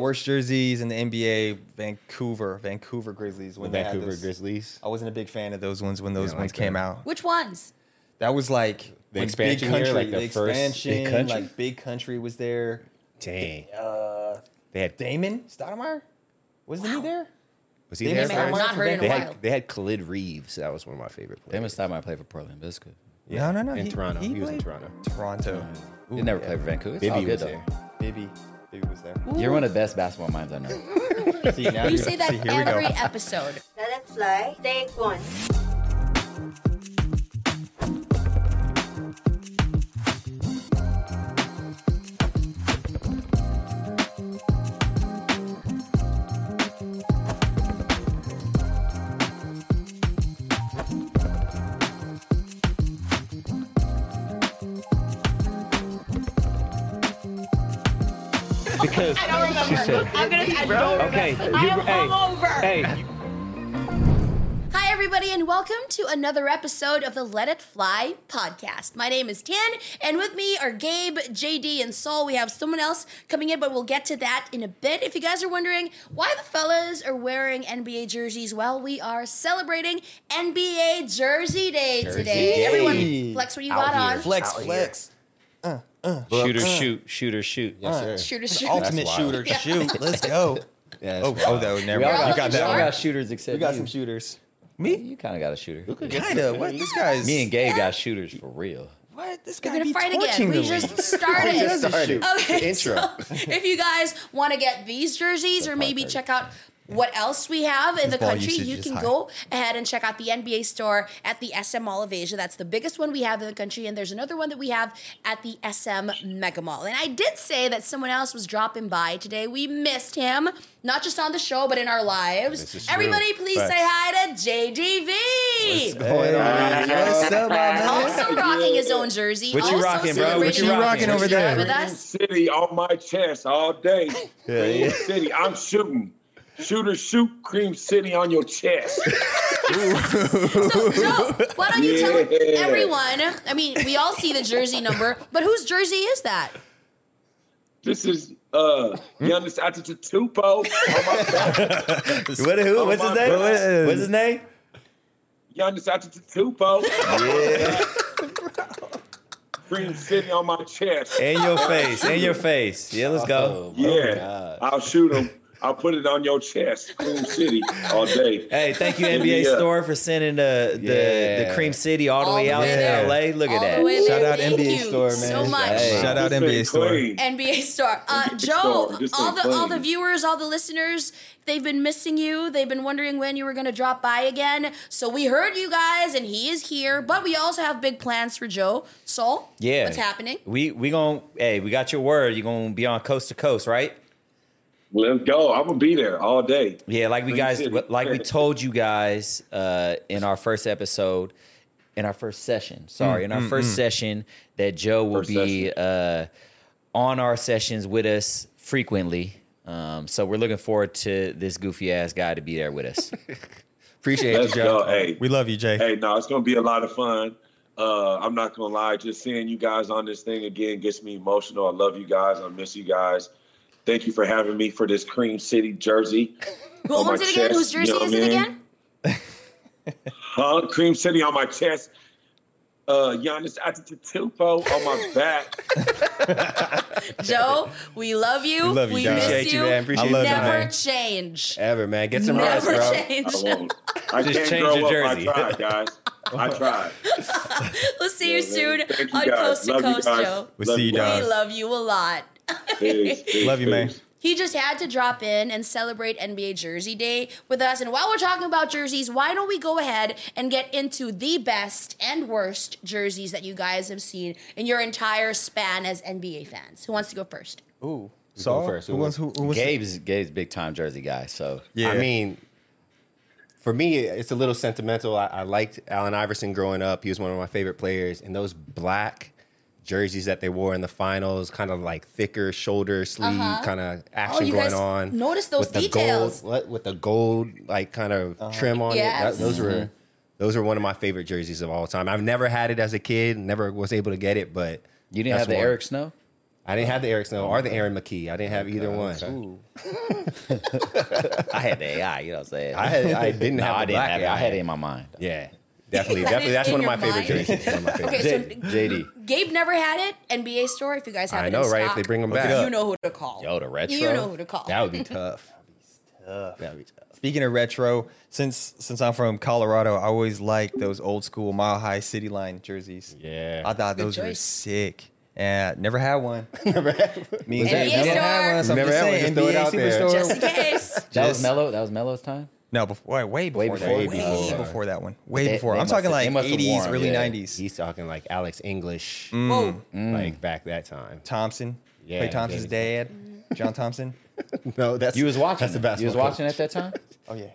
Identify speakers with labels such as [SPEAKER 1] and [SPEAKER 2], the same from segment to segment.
[SPEAKER 1] Worst jerseys in the NBA, Vancouver, Vancouver Grizzlies. When
[SPEAKER 2] the
[SPEAKER 1] they had
[SPEAKER 2] Vancouver
[SPEAKER 1] those-
[SPEAKER 2] Grizzlies.
[SPEAKER 1] I wasn't a big fan of those ones when those
[SPEAKER 2] like
[SPEAKER 1] ones came
[SPEAKER 2] that.
[SPEAKER 1] out.
[SPEAKER 3] Which ones?
[SPEAKER 1] That was like
[SPEAKER 2] The
[SPEAKER 1] when
[SPEAKER 2] expansion year, like the first Big
[SPEAKER 1] expansion,
[SPEAKER 2] Country?
[SPEAKER 1] like Big Country was there.
[SPEAKER 2] Dang.
[SPEAKER 1] Uh,
[SPEAKER 2] They had
[SPEAKER 1] Damon Stoudemire, wasn't he there?
[SPEAKER 2] was he there?
[SPEAKER 1] Damon Stoudemire
[SPEAKER 3] I've
[SPEAKER 2] first?
[SPEAKER 3] not
[SPEAKER 1] from
[SPEAKER 3] heard in a
[SPEAKER 2] They
[SPEAKER 1] Vancouver?
[SPEAKER 3] while.
[SPEAKER 2] had they had Khalid Reeves. That was one of my favorite
[SPEAKER 4] They
[SPEAKER 2] players.
[SPEAKER 4] must time I played for Portland Biscuit.
[SPEAKER 2] Yeah,
[SPEAKER 1] No, no, no.
[SPEAKER 2] In
[SPEAKER 1] he-
[SPEAKER 2] Toronto, he, was in
[SPEAKER 1] played-
[SPEAKER 2] Toronto.
[SPEAKER 1] Toronto.
[SPEAKER 4] They never played for Vancouver. It's all
[SPEAKER 2] Bibby
[SPEAKER 4] good
[SPEAKER 2] was
[SPEAKER 4] though.
[SPEAKER 2] there.
[SPEAKER 1] Bibby, Bibby was there.
[SPEAKER 4] You're one of the best basketball minds I know.
[SPEAKER 1] See, now
[SPEAKER 3] You say that
[SPEAKER 1] see, here we
[SPEAKER 3] every
[SPEAKER 1] go.
[SPEAKER 3] episode.
[SPEAKER 5] Let it fly. Take one.
[SPEAKER 6] Because she said,
[SPEAKER 5] I'm gonna. I don't
[SPEAKER 6] okay, you,
[SPEAKER 5] I am
[SPEAKER 6] hey,
[SPEAKER 5] hungover.
[SPEAKER 6] hey,
[SPEAKER 3] Hi, everybody, and welcome to another episode of the Let It Fly podcast. My name is Tan, and with me are Gabe, JD, and Saul. We have someone else coming in, but we'll get to that in a bit. If you guys are wondering why the fellas are wearing NBA jerseys, well, we are celebrating NBA Jersey Day today.
[SPEAKER 2] Day.
[SPEAKER 3] Everyone, flex what you got on.
[SPEAKER 1] Flex,
[SPEAKER 2] Oh,
[SPEAKER 1] flex.
[SPEAKER 7] Shooter,
[SPEAKER 4] uh,
[SPEAKER 7] shoot, shooter, shoot.
[SPEAKER 2] Yes, sir.
[SPEAKER 3] Shooter, shooter.
[SPEAKER 1] Ultimate
[SPEAKER 2] wild.
[SPEAKER 1] shooter, shoot. Let's go.
[SPEAKER 4] Yeah,
[SPEAKER 1] Oh,
[SPEAKER 4] that's
[SPEAKER 1] oh,
[SPEAKER 4] wild.
[SPEAKER 1] no, never
[SPEAKER 4] We all
[SPEAKER 1] mind.
[SPEAKER 4] got,
[SPEAKER 1] You got
[SPEAKER 4] we all
[SPEAKER 1] that
[SPEAKER 4] got
[SPEAKER 1] one.
[SPEAKER 4] shooters except
[SPEAKER 1] We got
[SPEAKER 4] you.
[SPEAKER 1] some shooters.
[SPEAKER 4] You kind of got a shooter.
[SPEAKER 1] Kinda. What? This guy's.
[SPEAKER 4] Me and Gabe got shooters for real.
[SPEAKER 1] What? This
[SPEAKER 3] We're
[SPEAKER 1] guy
[SPEAKER 3] gonna
[SPEAKER 1] be
[SPEAKER 3] fight again.
[SPEAKER 1] torching
[SPEAKER 3] We
[SPEAKER 1] the
[SPEAKER 3] just
[SPEAKER 1] league.
[SPEAKER 3] started.
[SPEAKER 2] just started.
[SPEAKER 3] Okay,
[SPEAKER 2] The intro.
[SPEAKER 3] so if you guys want to get these jerseys or maybe
[SPEAKER 4] podcast.
[SPEAKER 3] check out what else we have in the
[SPEAKER 1] ball
[SPEAKER 3] country,
[SPEAKER 1] usage
[SPEAKER 3] you
[SPEAKER 1] is
[SPEAKER 3] can
[SPEAKER 1] high.
[SPEAKER 3] go ahead and check out the NBA store at the SM Mall of Asia. That's the biggest one we have in the country, and there's another one that we have at the SM Mega Mall. And I did say that someone else was dropping by today. We missed him, not just on the show but in our
[SPEAKER 2] This
[SPEAKER 3] lives.
[SPEAKER 2] is
[SPEAKER 3] Everybody,
[SPEAKER 2] true.
[SPEAKER 3] please say hi to JDV.
[SPEAKER 1] What's up, my man?
[SPEAKER 3] Also rocking his own jersey.
[SPEAKER 2] What you
[SPEAKER 3] also
[SPEAKER 2] rocking, bro? What
[SPEAKER 3] celebrating
[SPEAKER 2] you
[SPEAKER 1] rocking over there?
[SPEAKER 3] with us.
[SPEAKER 8] City on my chest all day. Cream City, I'm shooting. Shooter, shoot Cream City on your chest.
[SPEAKER 3] So, Joe, why don't you tell
[SPEAKER 8] Yeah.
[SPEAKER 3] everyone? I mean, we all see the jersey number, but whose jersey is that?
[SPEAKER 8] This is uh
[SPEAKER 1] Hmm?
[SPEAKER 8] youngest Atitutupo on my back.
[SPEAKER 2] What? Who?
[SPEAKER 8] Oh
[SPEAKER 2] What's his
[SPEAKER 8] my
[SPEAKER 2] name?
[SPEAKER 1] God.
[SPEAKER 2] What's his name?
[SPEAKER 8] Youngest Atitutupo. Cream City on my chest.
[SPEAKER 2] In your face. In your face. Yeah, let's go.
[SPEAKER 1] Oh,
[SPEAKER 8] yeah. I'll shoot him. I'll put it on your chest. Cream City all day.
[SPEAKER 2] Hey, thank you
[SPEAKER 8] Hit
[SPEAKER 2] NBA
[SPEAKER 8] me up.
[SPEAKER 2] Store for sending the the, the
[SPEAKER 4] Yeah.
[SPEAKER 2] Cream City all the
[SPEAKER 3] All
[SPEAKER 2] way
[SPEAKER 3] the
[SPEAKER 2] out
[SPEAKER 3] way there.
[SPEAKER 2] to LA. Look
[SPEAKER 3] All
[SPEAKER 2] at
[SPEAKER 3] the
[SPEAKER 2] that.
[SPEAKER 3] way there.
[SPEAKER 1] Shout out
[SPEAKER 3] Thank
[SPEAKER 1] NBA
[SPEAKER 3] you
[SPEAKER 1] store, man.
[SPEAKER 3] So much.
[SPEAKER 2] Hey.
[SPEAKER 1] Shout out
[SPEAKER 8] This
[SPEAKER 1] NBA
[SPEAKER 8] ain't
[SPEAKER 1] store.
[SPEAKER 8] clean.
[SPEAKER 3] NBA star. Uh,
[SPEAKER 8] This
[SPEAKER 3] Joe,
[SPEAKER 8] star, this
[SPEAKER 3] all
[SPEAKER 8] ain't
[SPEAKER 3] the all the
[SPEAKER 8] playing.
[SPEAKER 3] viewers, all the listeners, they've been missing you. They've been wondering when you were going to drop by again. So we heard you guys, and he is here. But we also have big plans for Joe. Sol,
[SPEAKER 2] Yeah.
[SPEAKER 3] what's happening?
[SPEAKER 8] Oh,
[SPEAKER 2] We we gon' hey, we got your word. You're gonna be on coast to coast, right?
[SPEAKER 8] Let's go. I'm gonna be there all day.
[SPEAKER 2] Yeah, like we
[SPEAKER 8] Cream
[SPEAKER 2] guys,
[SPEAKER 8] City.
[SPEAKER 2] like we told you guys uh, in our first episode, in our first session. Sorry, in our
[SPEAKER 6] Mm,
[SPEAKER 2] first session, that Joe will
[SPEAKER 8] First
[SPEAKER 2] be uh, on our sessions with us frequently. Um, so we're looking forward to this goofy ass guy to be there with us.
[SPEAKER 1] Appreciate you,
[SPEAKER 8] Let's go.
[SPEAKER 1] Joe.
[SPEAKER 8] Hey,
[SPEAKER 1] We love you, Jay.
[SPEAKER 8] Hey, no, it's gonna be a lot of fun. Uh, I'm not gonna lie, just seeing you guys on this thing again gets me emotional. I love you guys. I miss you guys. Thank you for having me for this Cream City jersey.
[SPEAKER 3] Who
[SPEAKER 8] on my
[SPEAKER 3] owns it again?
[SPEAKER 8] chest,
[SPEAKER 3] Whose
[SPEAKER 8] you
[SPEAKER 3] jersey
[SPEAKER 8] know what
[SPEAKER 3] is
[SPEAKER 8] I
[SPEAKER 3] it
[SPEAKER 8] mean?
[SPEAKER 3] again?
[SPEAKER 8] Huh? Cream City on my chest. Uh, Giannis Antetokounmpo on my back.
[SPEAKER 3] Joe, we love you. We,
[SPEAKER 1] love you, Joe.
[SPEAKER 3] miss
[SPEAKER 2] Appreciate you,
[SPEAKER 3] you.
[SPEAKER 2] man. Appreciate
[SPEAKER 1] I love
[SPEAKER 2] you,
[SPEAKER 1] you,
[SPEAKER 3] Never
[SPEAKER 1] man.
[SPEAKER 3] change.
[SPEAKER 4] Ever man, get some rest,
[SPEAKER 3] Never
[SPEAKER 4] bro.
[SPEAKER 8] I
[SPEAKER 3] change.
[SPEAKER 8] won't. I
[SPEAKER 2] Just
[SPEAKER 8] can't
[SPEAKER 2] change
[SPEAKER 8] grow
[SPEAKER 2] your
[SPEAKER 8] up.
[SPEAKER 2] jersey.
[SPEAKER 8] I tried, guys. I tried.
[SPEAKER 3] We'll see you soon
[SPEAKER 8] Thank you
[SPEAKER 3] on
[SPEAKER 8] guys.
[SPEAKER 3] Coast to
[SPEAKER 8] Love you
[SPEAKER 3] Coast,
[SPEAKER 8] guys.
[SPEAKER 3] Joe.
[SPEAKER 1] We'll
[SPEAKER 8] Love
[SPEAKER 1] see you,
[SPEAKER 3] We
[SPEAKER 1] dog.
[SPEAKER 3] love you a lot.
[SPEAKER 8] Peace, peace,
[SPEAKER 1] Love you, man.
[SPEAKER 8] peace.
[SPEAKER 3] He just had to drop in and celebrate NBA Jersey Day with us. And while we're talking about jerseys, why don't we go ahead and get into the best and worst jerseys that you guys have seen in your entire span as NBA fans? Who wants to go first?
[SPEAKER 1] Ooh. Saul?
[SPEAKER 4] first?
[SPEAKER 1] Who wants? Who, who wants?
[SPEAKER 4] Gabe's Gabe's big time Jersey guy. So
[SPEAKER 1] Yeah.
[SPEAKER 2] I
[SPEAKER 1] I
[SPEAKER 4] I mean,
[SPEAKER 2] mean,
[SPEAKER 6] for me, it's a little sentimental. I, I liked Allen Iverson growing up. He was one of my favorite players. And those black jerseys that they wore in the finals, kind of like thicker shoulder sleeve, kind of action
[SPEAKER 3] Uh-huh. Oh, you
[SPEAKER 6] going
[SPEAKER 3] guys
[SPEAKER 6] on.
[SPEAKER 3] noticed those
[SPEAKER 6] with the
[SPEAKER 3] details.
[SPEAKER 6] Gold, what- with the gold like kind of
[SPEAKER 4] Uh-huh.
[SPEAKER 6] trim on it.
[SPEAKER 3] Yes.
[SPEAKER 6] That- those were
[SPEAKER 4] Mm-hmm.
[SPEAKER 6] those were one of my favorite jerseys of all time. I've never had it as a kid. Never was able to get it, but
[SPEAKER 4] you didn't
[SPEAKER 6] that's
[SPEAKER 4] have the
[SPEAKER 6] one.
[SPEAKER 4] Eric Snow.
[SPEAKER 6] I didn't have the Eric Snow or the Aaron McKee. I didn't have either one.
[SPEAKER 4] I had the AI. You know what I'm saying?
[SPEAKER 6] I had, I didn't
[SPEAKER 4] no,
[SPEAKER 6] have.
[SPEAKER 4] I
[SPEAKER 6] the
[SPEAKER 4] didn't
[SPEAKER 6] black
[SPEAKER 4] have it.
[SPEAKER 6] guy.
[SPEAKER 4] I had it in my mind.
[SPEAKER 6] Yeah, definitely,
[SPEAKER 3] You had
[SPEAKER 6] definitely.
[SPEAKER 3] it
[SPEAKER 6] That's
[SPEAKER 3] in
[SPEAKER 6] one of my
[SPEAKER 3] your
[SPEAKER 6] favorite
[SPEAKER 3] mind?
[SPEAKER 6] jerseys. One of my favorite.
[SPEAKER 3] Okay,
[SPEAKER 4] J-
[SPEAKER 3] so
[SPEAKER 4] JD.
[SPEAKER 3] Gabe never had it. NBA store, if you guys have
[SPEAKER 6] I
[SPEAKER 3] it,
[SPEAKER 6] know,
[SPEAKER 3] in
[SPEAKER 6] right? If
[SPEAKER 3] stock,
[SPEAKER 6] they bring 'em
[SPEAKER 3] you
[SPEAKER 6] back.
[SPEAKER 3] you know who to call.
[SPEAKER 4] Yo, the retro?
[SPEAKER 3] You know who to call.
[SPEAKER 6] That would be tough. That'd be tough.
[SPEAKER 1] Speaking of retro, since since I'm from Colorado, I always like those old school Mile High City Line jerseys.
[SPEAKER 6] Yeah.
[SPEAKER 1] I thought
[SPEAKER 3] Good
[SPEAKER 1] those were
[SPEAKER 3] choice.
[SPEAKER 1] sick. Yeah, never had one. Me and
[SPEAKER 3] Was that
[SPEAKER 1] Jay never
[SPEAKER 3] Mello?
[SPEAKER 1] had one. So I'm
[SPEAKER 6] Never
[SPEAKER 1] just
[SPEAKER 6] had one,
[SPEAKER 1] saying,
[SPEAKER 6] just throw
[SPEAKER 1] NBA
[SPEAKER 6] it out there.
[SPEAKER 1] Superstore.
[SPEAKER 3] Just in case.
[SPEAKER 4] That
[SPEAKER 1] Just-
[SPEAKER 4] was Mello. That was Mello's time.
[SPEAKER 1] No, before way before, that.
[SPEAKER 6] before,
[SPEAKER 1] way
[SPEAKER 6] way
[SPEAKER 1] before.
[SPEAKER 6] before.
[SPEAKER 1] that one. Way
[SPEAKER 4] they-
[SPEAKER 1] before.
[SPEAKER 4] they
[SPEAKER 1] I'm
[SPEAKER 4] must
[SPEAKER 1] talking
[SPEAKER 4] have- they
[SPEAKER 1] like
[SPEAKER 4] must have
[SPEAKER 1] 80s,
[SPEAKER 4] worn 'em,
[SPEAKER 1] early
[SPEAKER 4] yeah.
[SPEAKER 1] 90s.
[SPEAKER 6] He's talking like Alex English,
[SPEAKER 3] Whoa.
[SPEAKER 4] Mm.
[SPEAKER 6] like back that time.
[SPEAKER 1] Thompson,
[SPEAKER 6] Yeah,
[SPEAKER 1] Clay Thompson's dad, John Thompson.
[SPEAKER 6] No, that's
[SPEAKER 4] You was watching.
[SPEAKER 6] That's the
[SPEAKER 4] it.
[SPEAKER 6] best.
[SPEAKER 4] You was watching at that time.
[SPEAKER 1] Oh yeah,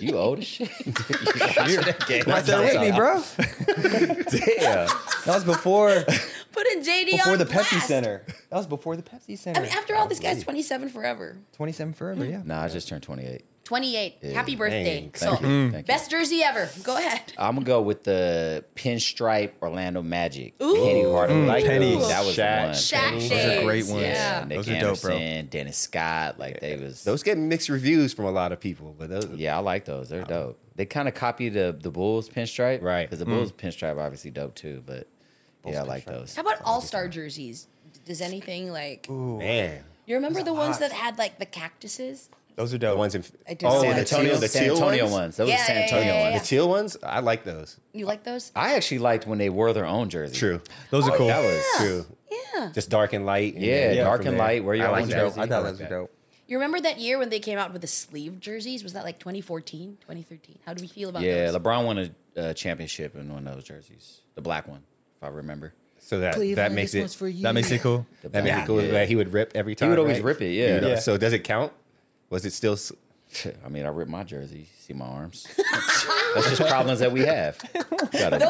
[SPEAKER 4] You old as shit.
[SPEAKER 1] right there with me, bro.
[SPEAKER 4] Damn.
[SPEAKER 1] That was before
[SPEAKER 3] Put in JD
[SPEAKER 1] before
[SPEAKER 3] on
[SPEAKER 1] the Pepsi
[SPEAKER 3] blast.
[SPEAKER 1] Center. That was before the Pepsi Center.
[SPEAKER 3] I mean, after Mm. all, this guy's 27 forever.
[SPEAKER 1] 27 forever, yeah.
[SPEAKER 4] Nah, I just turned 28.
[SPEAKER 3] 28. Happy birthday.
[SPEAKER 4] Thank
[SPEAKER 3] so,
[SPEAKER 4] you. Thank you.
[SPEAKER 3] best jersey ever. Go ahead.
[SPEAKER 4] I'm gonna go with the pinstripe Orlando Magic.
[SPEAKER 3] Ooh.
[SPEAKER 4] Penny Hardaway.
[SPEAKER 1] Mm,
[SPEAKER 4] Like,
[SPEAKER 1] Penny.
[SPEAKER 4] That was
[SPEAKER 6] Shaq.
[SPEAKER 4] the one.
[SPEAKER 3] Shaq
[SPEAKER 6] Those are
[SPEAKER 3] days.
[SPEAKER 1] great ones.
[SPEAKER 3] Yeah.
[SPEAKER 4] Nick
[SPEAKER 1] Those are dope,
[SPEAKER 4] Anderson,
[SPEAKER 1] bro.
[SPEAKER 4] Dennis Scott. Like they was.
[SPEAKER 6] Those getting mixed reviews from a lot of people, but those
[SPEAKER 4] Yeah, I like those. They're dope. They kind of copy the the Bulls pinstripe,
[SPEAKER 6] Right. Mm.
[SPEAKER 4] Because the Bulls pinstripe obviously dope too. But yeah, I like those.
[SPEAKER 3] How about all star jerseys? Does anything like.
[SPEAKER 6] man,
[SPEAKER 3] You remember the ones
[SPEAKER 1] lot.
[SPEAKER 3] that had like the cactuses?
[SPEAKER 1] Those are
[SPEAKER 6] the
[SPEAKER 1] dope.
[SPEAKER 6] ones in
[SPEAKER 3] I did
[SPEAKER 6] oh
[SPEAKER 3] not
[SPEAKER 6] the
[SPEAKER 4] San
[SPEAKER 3] like
[SPEAKER 4] Antonio,
[SPEAKER 6] teal, the
[SPEAKER 4] San
[SPEAKER 6] teal
[SPEAKER 4] Antonio
[SPEAKER 6] ones?
[SPEAKER 4] ones. Those
[SPEAKER 3] Yeah,
[SPEAKER 4] were San
[SPEAKER 3] yeah,
[SPEAKER 4] Antonio
[SPEAKER 3] yeah, yeah.
[SPEAKER 4] ones.
[SPEAKER 6] The teal ones, I like those.
[SPEAKER 3] You like those?
[SPEAKER 4] I actually liked when they wore their own jersey.
[SPEAKER 6] True,
[SPEAKER 1] Those are cool.
[SPEAKER 6] that was true.
[SPEAKER 3] Yeah.
[SPEAKER 6] Just dark and light. and
[SPEAKER 4] Yeah,
[SPEAKER 6] then go
[SPEAKER 4] dark
[SPEAKER 6] from
[SPEAKER 4] and
[SPEAKER 6] there.
[SPEAKER 4] light, wear your
[SPEAKER 6] I
[SPEAKER 4] own
[SPEAKER 6] that.
[SPEAKER 4] jersey.
[SPEAKER 1] I thought
[SPEAKER 4] I
[SPEAKER 1] those were
[SPEAKER 6] like
[SPEAKER 1] dope.
[SPEAKER 3] You remember that year when they came out with the sleeve jerseys? Was that like 2014, 2013? How do we feel about
[SPEAKER 4] Yeah,
[SPEAKER 3] those?
[SPEAKER 4] LeBron won a uh, championship in one of those jerseys, the black one, if I remember.
[SPEAKER 6] So that that makes it
[SPEAKER 1] That makes it cool.
[SPEAKER 4] The
[SPEAKER 6] that makes
[SPEAKER 4] black,
[SPEAKER 6] it cool
[SPEAKER 4] yeah.
[SPEAKER 6] that he would rip every time.
[SPEAKER 4] would always
[SPEAKER 6] right?
[SPEAKER 4] rip it,
[SPEAKER 6] He
[SPEAKER 4] yeah.
[SPEAKER 6] would-
[SPEAKER 1] Yeah.
[SPEAKER 6] So does it count? Was it still? s-
[SPEAKER 4] I mean, I ripped my jersey. See my arms. That's just problems that we have. Gotta
[SPEAKER 3] Those are
[SPEAKER 4] rip- gotta
[SPEAKER 3] the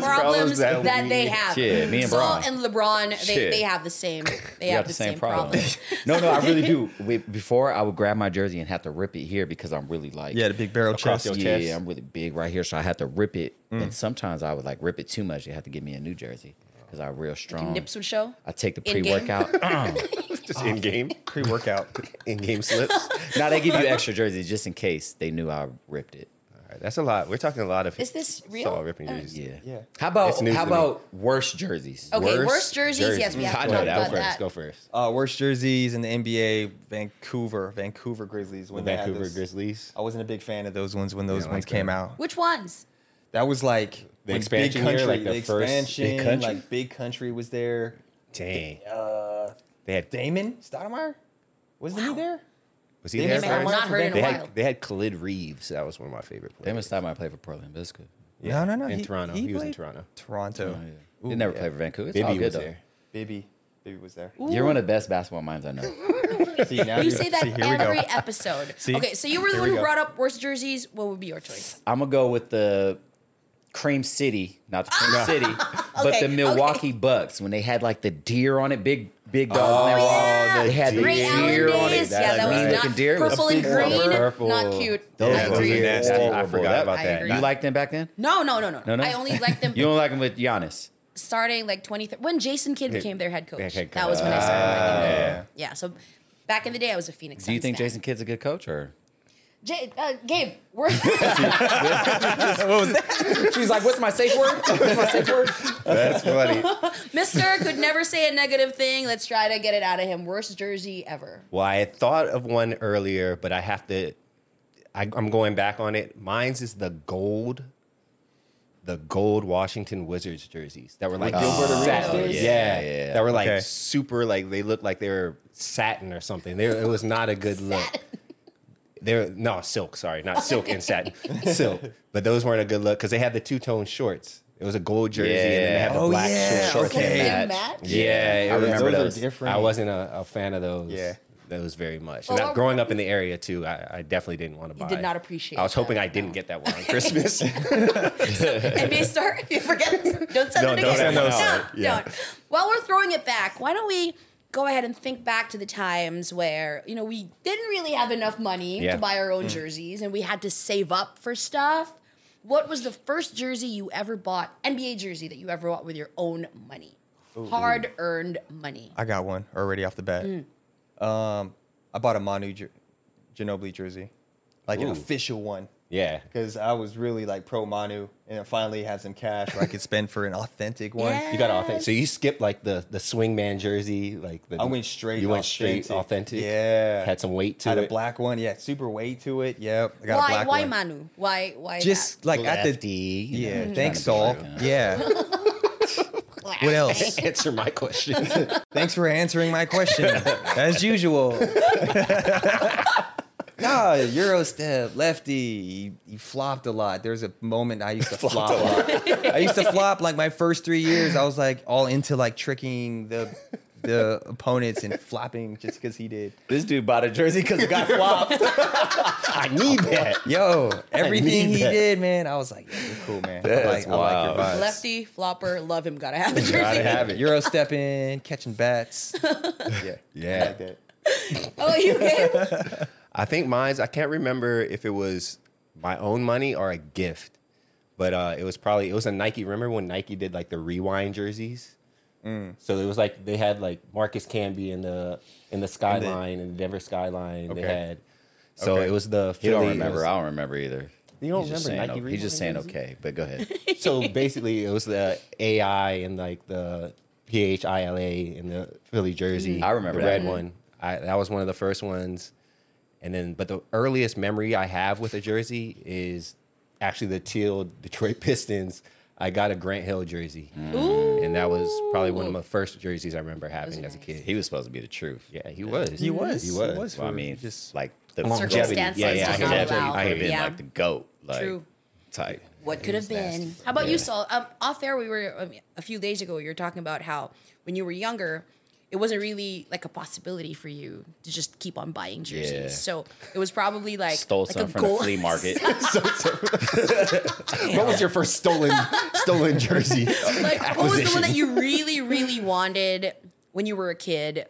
[SPEAKER 3] problems,
[SPEAKER 6] problems
[SPEAKER 3] that,
[SPEAKER 6] that
[SPEAKER 3] they
[SPEAKER 6] we-
[SPEAKER 3] have.
[SPEAKER 4] Yeah, me and
[SPEAKER 3] Saul
[SPEAKER 4] Bron.
[SPEAKER 3] and LeBron, they,
[SPEAKER 4] Shit.
[SPEAKER 3] they have the same. They
[SPEAKER 4] we
[SPEAKER 3] have the same, problems.
[SPEAKER 4] no, no, I really do. We, before I would grab my jersey and have to rip it here because I'm really like
[SPEAKER 1] Yeah, the big barrel
[SPEAKER 6] Across
[SPEAKER 1] chest.
[SPEAKER 6] your
[SPEAKER 4] yeah,
[SPEAKER 6] chest. Mm.
[SPEAKER 4] I'm really big right here, so I had to rip it. And sometimes I would like rip it too much. They had to give me a new jersey because I'm real strong.
[SPEAKER 3] Nips would show.
[SPEAKER 4] I take the Uh-uh.
[SPEAKER 3] In-game.
[SPEAKER 4] pre workout.
[SPEAKER 6] Just in game,
[SPEAKER 1] Pre-workout.
[SPEAKER 6] in game slips.
[SPEAKER 4] now they give you extra jerseys just in case they knew I ripped it.
[SPEAKER 6] All right, that's a lot. We're talking a lot of.
[SPEAKER 3] Is this
[SPEAKER 6] Saul
[SPEAKER 3] real?
[SPEAKER 6] ripping jerseys.
[SPEAKER 4] Yeah.
[SPEAKER 1] Yeah.
[SPEAKER 4] How about
[SPEAKER 6] It's news
[SPEAKER 4] how
[SPEAKER 6] to me.
[SPEAKER 4] about worse jerseys?
[SPEAKER 3] Okay, worst, jerseys. Yes, we have
[SPEAKER 4] I
[SPEAKER 3] to
[SPEAKER 4] know
[SPEAKER 3] talk
[SPEAKER 4] that.
[SPEAKER 3] about
[SPEAKER 6] Go first.
[SPEAKER 3] that.
[SPEAKER 6] Go first.
[SPEAKER 1] Uh, worst jerseys in the NBA, Vancouver, Vancouver Grizzlies. When
[SPEAKER 6] The
[SPEAKER 1] they had
[SPEAKER 6] Vancouver
[SPEAKER 1] those.
[SPEAKER 6] Grizzlies.
[SPEAKER 1] I wasn't a big fan of those ones when those
[SPEAKER 6] Yeah, I
[SPEAKER 1] ones
[SPEAKER 6] like
[SPEAKER 1] came
[SPEAKER 6] that.
[SPEAKER 1] out.
[SPEAKER 3] Which ones?
[SPEAKER 1] That was like
[SPEAKER 6] The
[SPEAKER 1] when
[SPEAKER 6] expansion
[SPEAKER 1] big country,
[SPEAKER 6] year, like
[SPEAKER 1] the
[SPEAKER 6] the first Big
[SPEAKER 1] expansion,
[SPEAKER 6] Country?
[SPEAKER 1] like big country was there.
[SPEAKER 6] Dang. they had
[SPEAKER 1] Damon Stoudemire wasn't he there?
[SPEAKER 6] Was he
[SPEAKER 1] They
[SPEAKER 6] there?
[SPEAKER 1] made
[SPEAKER 6] for
[SPEAKER 1] I've
[SPEAKER 6] us?
[SPEAKER 1] not
[SPEAKER 3] heard in a
[SPEAKER 6] they
[SPEAKER 3] while.
[SPEAKER 6] had, they had Khalid Reeves. That was one of my favorite
[SPEAKER 4] They
[SPEAKER 6] players.
[SPEAKER 4] must have I played for Portland, but it's good.
[SPEAKER 1] No, no, no.
[SPEAKER 6] in Toronto. He was in
[SPEAKER 1] played
[SPEAKER 6] Toronto. Oh,
[SPEAKER 1] Toronto.
[SPEAKER 4] They never played for Vancouver. It's all
[SPEAKER 6] Bibby
[SPEAKER 4] good
[SPEAKER 6] was
[SPEAKER 4] though.
[SPEAKER 6] there.
[SPEAKER 1] Bibby, Bibby was there.
[SPEAKER 4] You're one of the best basketball minds I know.
[SPEAKER 1] See, now
[SPEAKER 3] You say that
[SPEAKER 1] see, here we go.
[SPEAKER 3] every episode.
[SPEAKER 1] See?
[SPEAKER 3] Okay, so you were the
[SPEAKER 1] Here
[SPEAKER 3] one
[SPEAKER 1] we
[SPEAKER 3] who
[SPEAKER 1] go.
[SPEAKER 3] brought up worst jerseys. What would be your choice?
[SPEAKER 4] I'm gonna go with the Cream City, not the Cream City, but
[SPEAKER 3] Ah. Okay,
[SPEAKER 4] the
[SPEAKER 3] okay.
[SPEAKER 4] Milwaukee Bucks when they had like the deer on it, big big dog.
[SPEAKER 6] Oh,
[SPEAKER 4] when they were-
[SPEAKER 3] Oh, yeah.
[SPEAKER 4] Oh, They had the
[SPEAKER 3] Ray Allen
[SPEAKER 4] deer on it.
[SPEAKER 3] days. Yeah, that was
[SPEAKER 4] mean
[SPEAKER 3] not
[SPEAKER 4] looking deer. It was
[SPEAKER 3] purple and
[SPEAKER 4] pink rubber.
[SPEAKER 3] green.
[SPEAKER 6] Purple.
[SPEAKER 3] Not cute.
[SPEAKER 4] Those
[SPEAKER 3] I
[SPEAKER 4] are
[SPEAKER 3] agree.
[SPEAKER 4] nasty.
[SPEAKER 6] I
[SPEAKER 4] Horrible.
[SPEAKER 6] forgot
[SPEAKER 4] That-
[SPEAKER 6] about
[SPEAKER 3] I
[SPEAKER 6] that.
[SPEAKER 3] agree.
[SPEAKER 4] You liked them back then?
[SPEAKER 3] No, no, no, no,
[SPEAKER 4] No, no.
[SPEAKER 3] I only liked them
[SPEAKER 4] You don't like them with Giannis.
[SPEAKER 3] starting like 23 when Jason Kidd
[SPEAKER 6] Yeah.
[SPEAKER 3] became their head coach.
[SPEAKER 6] Their head Ah.
[SPEAKER 3] That was when I started
[SPEAKER 6] Uh,
[SPEAKER 3] liking them. Yeah, so back in the day, I was a Phoenix.
[SPEAKER 4] Do you
[SPEAKER 3] Suns
[SPEAKER 4] think
[SPEAKER 3] fan.
[SPEAKER 4] Jason Kidd's a good coach or?
[SPEAKER 3] J- uh, Gabe, we're
[SPEAKER 4] She's like, "What's my safe word? What's my safe word?"
[SPEAKER 6] That's funny.
[SPEAKER 3] Mister could never say a negative thing. Let's try to get it out of him. Worst jersey ever.
[SPEAKER 6] Well, I had thought of one earlier, but I have to. I, I'm going back on it. Mine's is the gold, the gold Washington Wizards jerseys that were like
[SPEAKER 1] Gilbert Arenas
[SPEAKER 6] satin.
[SPEAKER 1] days?
[SPEAKER 6] Yeah,
[SPEAKER 4] Yeah.
[SPEAKER 6] that were like
[SPEAKER 1] Okay.
[SPEAKER 6] super. Like they looked like they were satin or something. They, it was not a good look. They're no silk. Sorry, not silk and satin, silk. But those weren't a good look because they had the two tone shorts. It was a gold jersey, and then they had the
[SPEAKER 1] Yeah. Oh,
[SPEAKER 6] black
[SPEAKER 1] yeah,
[SPEAKER 6] short shorts.
[SPEAKER 3] Okay.
[SPEAKER 6] and
[SPEAKER 3] Match.
[SPEAKER 6] yeah, I remember
[SPEAKER 1] those are
[SPEAKER 6] those.
[SPEAKER 1] different.
[SPEAKER 6] I wasn't a, a fan of those.
[SPEAKER 1] Yeah.
[SPEAKER 6] those very much.
[SPEAKER 3] Well,
[SPEAKER 6] and I-
[SPEAKER 3] what-
[SPEAKER 6] growing up in the area too, I, I definitely didn't want to buy.
[SPEAKER 3] did
[SPEAKER 6] it.
[SPEAKER 3] not appreciate
[SPEAKER 6] I was hoping
[SPEAKER 3] that.
[SPEAKER 6] I didn't get that one on Christmas.
[SPEAKER 3] NBA star, if you forget, don't send
[SPEAKER 6] Don't-
[SPEAKER 3] it
[SPEAKER 6] don't
[SPEAKER 3] again.
[SPEAKER 6] send
[SPEAKER 3] No,
[SPEAKER 6] those out. Yeah.
[SPEAKER 3] don't. While we're throwing it back, why don't we go ahead and think back to the times where you know we didn't really have enough money
[SPEAKER 6] Yeah.
[SPEAKER 3] to buy our own jerseys and we had to save up for stuff. What was the first jersey you ever bought? NBA jersey that you ever bought with your own money? hard earned money.
[SPEAKER 1] I got one already off the bat.
[SPEAKER 3] Mm.
[SPEAKER 1] Um, I bought a Manu Ge- Ginobili jersey, like an
[SPEAKER 6] Ooh.
[SPEAKER 1] official one,
[SPEAKER 4] Yeah.
[SPEAKER 1] because I was really like pro Manu, and I finally had some cash where I could spend for an authentic one.
[SPEAKER 3] Yeah.
[SPEAKER 6] You got authentic. So you skipped like the the swingman jersey, like the
[SPEAKER 1] I went straight.
[SPEAKER 6] You went straight authentic.
[SPEAKER 1] Yeah,
[SPEAKER 6] Had some weight to
[SPEAKER 1] had
[SPEAKER 6] it.
[SPEAKER 1] a black one. Yeah, super weight to it. Yep, I got a
[SPEAKER 3] Why?
[SPEAKER 1] black
[SPEAKER 3] Why
[SPEAKER 1] one.
[SPEAKER 3] Manu? Why? Why?
[SPEAKER 1] Just like at
[SPEAKER 6] lefty.
[SPEAKER 1] the
[SPEAKER 6] you know,
[SPEAKER 1] yeah.
[SPEAKER 6] trying
[SPEAKER 1] Thanks,
[SPEAKER 6] to be
[SPEAKER 1] Saul.
[SPEAKER 6] broken.
[SPEAKER 1] Yeah. what else?
[SPEAKER 6] Answer my question.
[SPEAKER 1] Thanks for answering my question, as usual. nah, Euro step, lefty. You, you flopped a lot. There was a moment I used to flop a lot. I used to flop like my first three years. I was like all into like tricking the the opponents and flopping just because he did.
[SPEAKER 4] This dude bought a jersey because it got flopped.
[SPEAKER 6] I need that.
[SPEAKER 1] Yo, everything
[SPEAKER 6] need
[SPEAKER 1] he
[SPEAKER 6] that.
[SPEAKER 1] did, man. I was like, yeah, you're cool, man. I like,
[SPEAKER 4] That's
[SPEAKER 1] I like your
[SPEAKER 4] wild.
[SPEAKER 1] vibes.
[SPEAKER 3] Lefty flopper, love him. Gotta have the jersey.
[SPEAKER 6] Gotta have it.
[SPEAKER 1] Euro stepping, catching bats. Yeah, I
[SPEAKER 6] Yeah.
[SPEAKER 1] like that.
[SPEAKER 3] Oh, you game?
[SPEAKER 6] I think mine's. I can't remember if it was my own money or a gift, but uh, it was probably it was a Nike. Remember when Nike did like the rewind jerseys? So it was like they had like Marcus Camby in the in the skyline in the Denver skyline. They
[SPEAKER 1] Okay.
[SPEAKER 6] had. So
[SPEAKER 1] Okay.
[SPEAKER 6] it was the.
[SPEAKER 4] You don't
[SPEAKER 6] Philly- it
[SPEAKER 4] remember.
[SPEAKER 6] was-
[SPEAKER 4] I don't remember either.
[SPEAKER 6] You don't
[SPEAKER 4] he's just
[SPEAKER 6] remember
[SPEAKER 4] saying,
[SPEAKER 6] Nike
[SPEAKER 4] o- He's just saying
[SPEAKER 6] rewind jerseys?
[SPEAKER 4] okay, but go ahead.
[SPEAKER 6] so basically, it was the AI and like the P H I L A in the Philly jersey.
[SPEAKER 4] I remember
[SPEAKER 6] the
[SPEAKER 4] that.
[SPEAKER 6] red one. I, that was one of the first ones. And then, but the earliest memory I have with a jersey is actually the teal Detroit Pistons. I got a Grant Hill jersey,
[SPEAKER 1] Mm.
[SPEAKER 6] and that was probably one of my first jerseys I remember having as a kid.
[SPEAKER 4] He was supposed to be the truth.
[SPEAKER 6] Yeah, he was.
[SPEAKER 1] He was.
[SPEAKER 6] He was.
[SPEAKER 4] Well, I
[SPEAKER 1] for
[SPEAKER 4] mean,
[SPEAKER 1] just-
[SPEAKER 4] just like the
[SPEAKER 6] Longevity.
[SPEAKER 4] Yeah,
[SPEAKER 3] Circumstances
[SPEAKER 4] yeah,
[SPEAKER 3] just
[SPEAKER 4] yeah.
[SPEAKER 3] not
[SPEAKER 4] Longevity.
[SPEAKER 3] allowed.
[SPEAKER 4] I could have been
[SPEAKER 3] Yeah.
[SPEAKER 4] like the goat, like
[SPEAKER 3] True.
[SPEAKER 4] type.
[SPEAKER 3] What could have been? How about you, Saul? Um, off air, we were um, a few days ago. You were talking about how when you were younger, it wasn't really like a possibility for you to just keep on buying jerseys.
[SPEAKER 4] Yeah.
[SPEAKER 3] So it was probably like
[SPEAKER 4] Stole
[SPEAKER 3] like
[SPEAKER 4] some from the flea market.
[SPEAKER 6] What was your first stolen stolen jersey?
[SPEAKER 3] like what was the
[SPEAKER 6] acquisition?
[SPEAKER 3] one that you really, really wanted when you were a kid,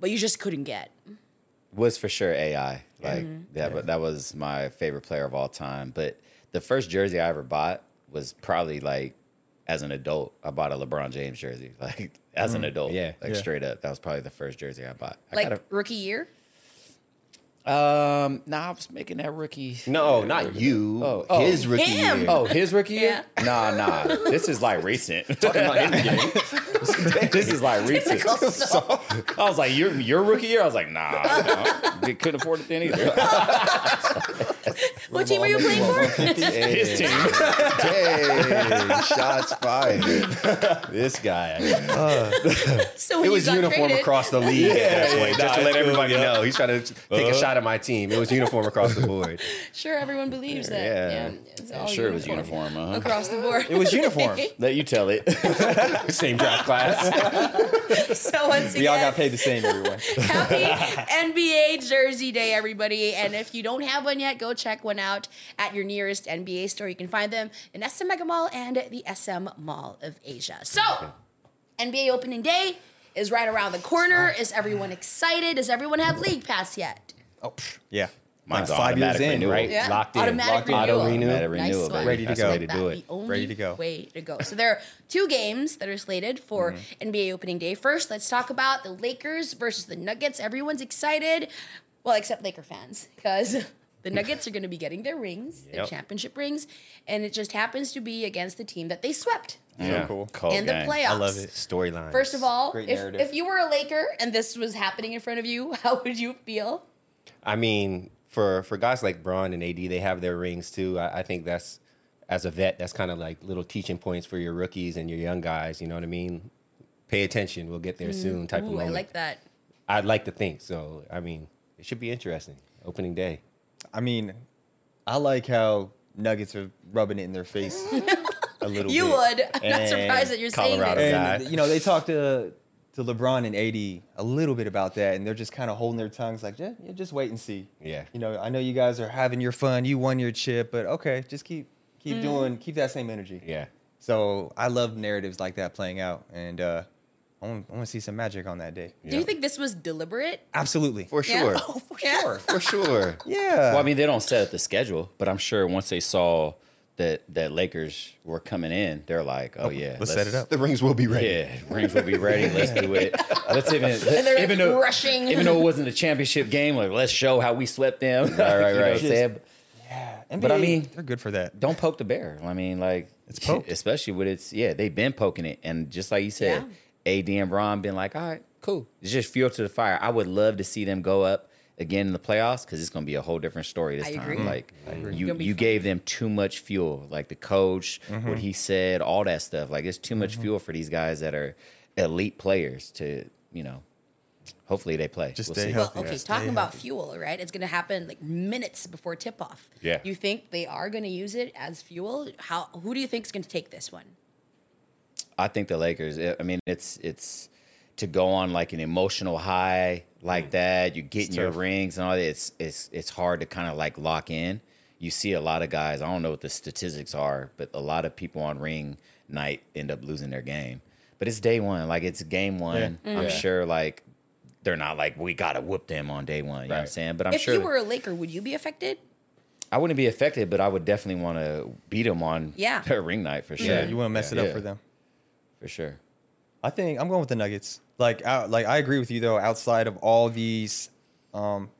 [SPEAKER 3] but you just couldn't get?
[SPEAKER 4] was for sure AI. Like that, that was my favorite player of all time. But the first jersey I ever bought was probably like as an adult. I bought a LeBron James jersey, like as an adult.
[SPEAKER 6] Yeah.
[SPEAKER 4] like
[SPEAKER 1] Yeah.
[SPEAKER 4] straight up. That was probably the first jersey I bought. I
[SPEAKER 3] Like
[SPEAKER 4] got
[SPEAKER 3] rookie year.
[SPEAKER 4] a, um, nah, I was making that rookie.
[SPEAKER 6] No, not you.
[SPEAKER 4] Oh, oh.
[SPEAKER 6] his rookie
[SPEAKER 3] Him.
[SPEAKER 6] year.
[SPEAKER 4] Oh, his rookie year? Nah, nah. This is like recent. Talking about this is like recent. I was like, your your rookie year? I was like, nah, no. They couldn't afford it then either.
[SPEAKER 3] What team are you playing for?
[SPEAKER 4] His team.
[SPEAKER 6] Dang, shots fired. this guy.
[SPEAKER 3] so when
[SPEAKER 6] It
[SPEAKER 3] you
[SPEAKER 6] was
[SPEAKER 3] got
[SPEAKER 6] uniform
[SPEAKER 3] traded-
[SPEAKER 6] across the league at that point, just to let
[SPEAKER 4] nah, it's cool, Uh-huh.
[SPEAKER 6] everybody
[SPEAKER 4] yeah.
[SPEAKER 6] know. He's trying to take a shot at my team. It was uniform across the board.
[SPEAKER 3] Sure, everyone believes that.
[SPEAKER 6] Yeah.
[SPEAKER 3] Yeah, it's all
[SPEAKER 4] Sure, it was uniform. huh?
[SPEAKER 3] across the board.
[SPEAKER 1] It was uniform.
[SPEAKER 4] Let you tell it.
[SPEAKER 6] Same draft class.
[SPEAKER 3] so once again,
[SPEAKER 1] We all got paid the same, everyone.
[SPEAKER 3] Happy NBA Jersey Day, everybody. And if you don't have one yet, go check one out at your nearest NBA store. You can find them in SM Mega Mall and the SM Mall of Asia. So, NBA opening day is right around the corner. Is everyone excited? Does everyone have league pass yet?
[SPEAKER 1] Oh, pff, yeah.
[SPEAKER 4] Mine's
[SPEAKER 1] Like five years
[SPEAKER 4] automatic
[SPEAKER 1] in,
[SPEAKER 4] renewal.
[SPEAKER 1] right?
[SPEAKER 3] Yeah.
[SPEAKER 6] Locked in.
[SPEAKER 3] Automatic
[SPEAKER 6] Locked in.
[SPEAKER 3] renewal.
[SPEAKER 6] Auto renew.
[SPEAKER 4] Automatic
[SPEAKER 3] Nice
[SPEAKER 4] renewal,
[SPEAKER 3] one.
[SPEAKER 4] baby.
[SPEAKER 1] Ready to
[SPEAKER 4] That's
[SPEAKER 1] go.
[SPEAKER 4] the way to do
[SPEAKER 3] That's
[SPEAKER 4] it.
[SPEAKER 3] The only
[SPEAKER 1] Ready to go.
[SPEAKER 3] Way to go. So there are two games that are slated for NBA opening day. First, let's talk about the Lakers versus the Nuggets. Everyone's excited. Well, except Laker fans, because the Nuggets are going to be getting their rings, their
[SPEAKER 6] Yep.
[SPEAKER 3] championship rings, and it just happens to be against the team that they swept
[SPEAKER 6] Yeah.
[SPEAKER 1] So cool.
[SPEAKER 4] Cold
[SPEAKER 3] in the
[SPEAKER 4] game.
[SPEAKER 3] playoffs.
[SPEAKER 1] I love it.
[SPEAKER 6] Storyline.
[SPEAKER 3] First of all,
[SPEAKER 1] Great
[SPEAKER 3] if,
[SPEAKER 1] narrative.
[SPEAKER 3] if you were a Laker and this was happening in front of you, how would you feel?
[SPEAKER 6] I mean, for for guys like Braun and AD, they have their rings too. I, I think that's as a vet, that's kind of like little teaching points for your rookies and your young guys. You know what I mean? Pay attention. We'll get there soon. Type of
[SPEAKER 3] Mm-hmm. Ooh, I
[SPEAKER 6] moment.
[SPEAKER 3] like that.
[SPEAKER 6] I'd like to think so. I mean, it should be interesting. Opening day.
[SPEAKER 1] I mean, I like how Nuggets are rubbing it in their face a little
[SPEAKER 3] You
[SPEAKER 1] bit.
[SPEAKER 3] would. I'm not
[SPEAKER 1] And
[SPEAKER 3] surprised that you're saying
[SPEAKER 4] Colorado
[SPEAKER 3] this.
[SPEAKER 1] And, you know, they talked to to LeBron and AD a little bit about that, and they're just kind of holding their tongues like, yeah, yeah, just wait and see.
[SPEAKER 6] Yeah.
[SPEAKER 1] You know, I know you guys are having your fun. You won your chip, but okay, just keep keep doing, keep that same energy.
[SPEAKER 6] Yeah.
[SPEAKER 1] So I love narratives like that playing out, and uh, I want to see some magic on that day.
[SPEAKER 3] Do you think this was deliberate?
[SPEAKER 1] Absolutely.
[SPEAKER 6] For sure.
[SPEAKER 3] Yeah. Oh, for sure.
[SPEAKER 6] For sure.
[SPEAKER 1] yeah.
[SPEAKER 4] Well, I mean, they don't set up the schedule, but I'm sure once they saw that that Lakers were coming in, they're like, oh yeah,
[SPEAKER 1] Let's set it up.
[SPEAKER 6] The rings will be ready.
[SPEAKER 4] Yeah, rings will be ready. Let's do it. Let's even
[SPEAKER 3] And they're like
[SPEAKER 4] even though,
[SPEAKER 3] rushing.
[SPEAKER 4] even though it wasn't a championship game, like let's show how we swept them. Right, right, right.
[SPEAKER 1] NBA,
[SPEAKER 4] I mean-
[SPEAKER 1] they're good for that.
[SPEAKER 4] don't poke the bear. I mean, like
[SPEAKER 1] It's poked.
[SPEAKER 4] especially with its yeah. They've been poking it, and just like you said, AD and Bron been like, all right, cool. It's just fuel to the fire. I would love to see them go up again in the playoffs because it's going to be a whole different story this
[SPEAKER 3] I
[SPEAKER 4] time.
[SPEAKER 3] agree.
[SPEAKER 4] Like you,
[SPEAKER 3] Gonna be
[SPEAKER 4] you
[SPEAKER 3] fun.
[SPEAKER 4] gave them too much fuel. Like the coach,
[SPEAKER 1] Mm-hmm.
[SPEAKER 4] what he said, all that stuff. Like it's too much fuel for these guys that are elite players to you know. Hopefully they play.
[SPEAKER 1] Just
[SPEAKER 4] We'll
[SPEAKER 1] stay
[SPEAKER 4] see.
[SPEAKER 1] healthy.
[SPEAKER 3] Well, okay,
[SPEAKER 1] Yes,
[SPEAKER 3] talking
[SPEAKER 1] they
[SPEAKER 3] about fuel, right? It's going to happen like minutes before tip off.
[SPEAKER 4] Yeah.
[SPEAKER 3] You think they are going to use it as fuel? How? Who do you think is going to take this one?
[SPEAKER 4] I think the Lakers. I I mean, it's it's to go on like an emotional high like that. You get in
[SPEAKER 1] Mm.
[SPEAKER 4] your
[SPEAKER 1] tough.
[SPEAKER 4] rings and all that. It's it's it's hard to kind of like lock in. You see a lot of guys. I don't know what the statistics are, but a lot of people on ring night end up losing their game. But it's day one. Like it's game one.
[SPEAKER 3] Mm.
[SPEAKER 4] I'm sure. Like they're not like we gotta whoop them on day one. You know what I'm
[SPEAKER 6] Right.
[SPEAKER 4] saying? But I'm
[SPEAKER 3] if
[SPEAKER 4] sure
[SPEAKER 3] you were a Laker, would you be affected?
[SPEAKER 4] I wouldn't be affected, but I would definitely want to beat them on
[SPEAKER 3] Yeah.
[SPEAKER 4] their ring night for sure.
[SPEAKER 1] Yeah, you want to mess it up
[SPEAKER 4] Yeah.
[SPEAKER 1] for them.
[SPEAKER 4] for sure.
[SPEAKER 1] I think I'm going with the Nuggets. Like, I, like I agree with you though. Outside of all these um,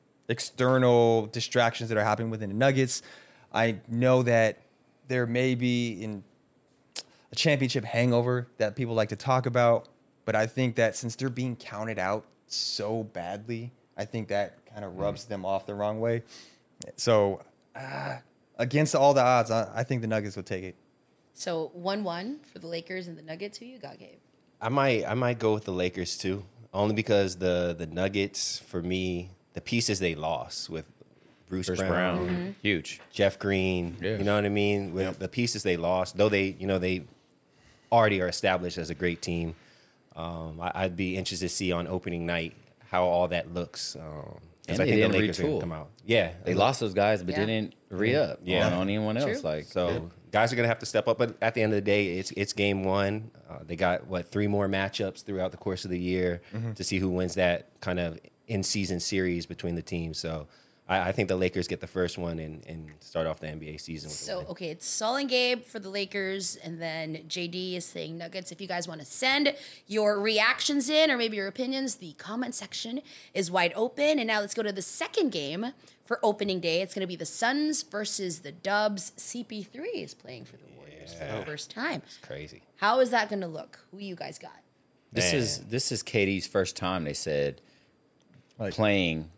[SPEAKER 1] external distractions that are happening within the Nuggets, I know that there may be in a championship hangover that people like to talk about, but I think that since they're being counted out so badly, I think that kind of rubs them off the wrong way. So, ah, against all the odds, I, I think the Nuggets will take it.
[SPEAKER 3] So one one for the Lakers and the Nuggets. Who you got, Gabe?
[SPEAKER 6] I might I might go with the Lakers too, only because the the Nuggets for me the pieces they lost with Bruce,
[SPEAKER 4] Bruce
[SPEAKER 6] Brown,
[SPEAKER 4] Brown,
[SPEAKER 3] Mm-hmm.
[SPEAKER 4] huge.
[SPEAKER 6] Jeff Green,
[SPEAKER 4] Yeah.
[SPEAKER 6] you know what I mean. With the pieces they lost, though they you know they already are established as a great team. Um, I, I'd be interested to see on opening night how all that looks. Um, 'cause
[SPEAKER 4] And
[SPEAKER 6] I think
[SPEAKER 4] they
[SPEAKER 6] the
[SPEAKER 4] didn't
[SPEAKER 6] Lakers are gonna
[SPEAKER 4] retool.
[SPEAKER 6] come out. Yeah,
[SPEAKER 4] They lost those guys, but
[SPEAKER 3] Yeah.
[SPEAKER 4] didn't re up
[SPEAKER 6] Yeah.
[SPEAKER 4] on, on anyone else.
[SPEAKER 3] True.
[SPEAKER 4] Like
[SPEAKER 6] So guys are gonna have to step up. But at the end of the day, it's it's game one. Uh, they got what three more matchups throughout the course of the year
[SPEAKER 4] Mm-hmm.
[SPEAKER 6] to see who wins that kind of in season series between the teams. So I, I think the Lakers get the first one and, and start off the NBA season. With
[SPEAKER 3] So
[SPEAKER 6] a win.
[SPEAKER 3] okay, it's Saul and Gabe for the Lakers, and then JD is saying Nuggets. If you guys want to send your reactions in or maybe your opinions, the comment section is wide open. And now let's go to the second game for opening day. It's going to be the Suns versus the Dubs. CP3 is playing for the Warriors for the first time.
[SPEAKER 6] crazy.
[SPEAKER 3] How is that going to look? Who you guys got?
[SPEAKER 4] this is this is Katie's first time they said playing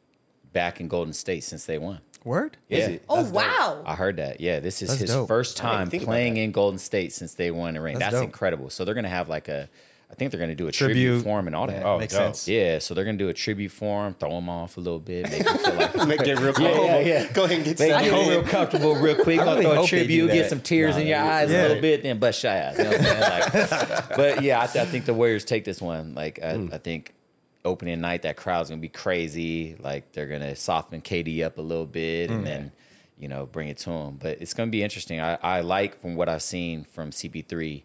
[SPEAKER 4] back in Golden State since they won.
[SPEAKER 1] Word?
[SPEAKER 6] Is
[SPEAKER 4] Yeah.
[SPEAKER 6] it?
[SPEAKER 3] Oh
[SPEAKER 6] That's dope.
[SPEAKER 3] wow!
[SPEAKER 4] I heard that. Yeah, this is
[SPEAKER 1] That's
[SPEAKER 4] his
[SPEAKER 1] dope.
[SPEAKER 4] first
[SPEAKER 6] I didn't
[SPEAKER 4] time
[SPEAKER 6] think about
[SPEAKER 4] playing
[SPEAKER 6] that.
[SPEAKER 4] in Golden State since they won the ring.
[SPEAKER 1] That's
[SPEAKER 4] That's,
[SPEAKER 1] dope.
[SPEAKER 4] incredible. So they're gonna have like a, I think they're gonna do a tribute,
[SPEAKER 1] Tribute.
[SPEAKER 4] for him and all that.
[SPEAKER 6] Oh,
[SPEAKER 1] makes
[SPEAKER 6] dope.
[SPEAKER 1] sense.
[SPEAKER 4] Yeah, so they're gonna do a tribute for him, throw him off a little bit, make him feel like
[SPEAKER 6] Make it real
[SPEAKER 4] Yeah,
[SPEAKER 6] comfortable.
[SPEAKER 4] yeah, yeah.
[SPEAKER 6] Go ahead and get
[SPEAKER 4] Make
[SPEAKER 6] some.
[SPEAKER 4] you real comfortable real quick.
[SPEAKER 1] I
[SPEAKER 4] Gonna
[SPEAKER 1] really
[SPEAKER 4] throw a
[SPEAKER 1] hope they
[SPEAKER 4] tribute,
[SPEAKER 1] do
[SPEAKER 4] get
[SPEAKER 1] that.
[SPEAKER 4] some tears in your eyes
[SPEAKER 1] yeah.
[SPEAKER 4] a little bit, then bust shy eyes. You know what I'm saying? Like, but yeah, I, th- I think the Warriors take this one. Like I,
[SPEAKER 6] Mm.
[SPEAKER 4] I think opening night, that crowd's gonna be crazy. Like they're gonna soften KD up a little bit
[SPEAKER 6] Mm.
[SPEAKER 4] and then you know bring it to him. But it's gonna be interesting. I, I like from what I've seen from CP3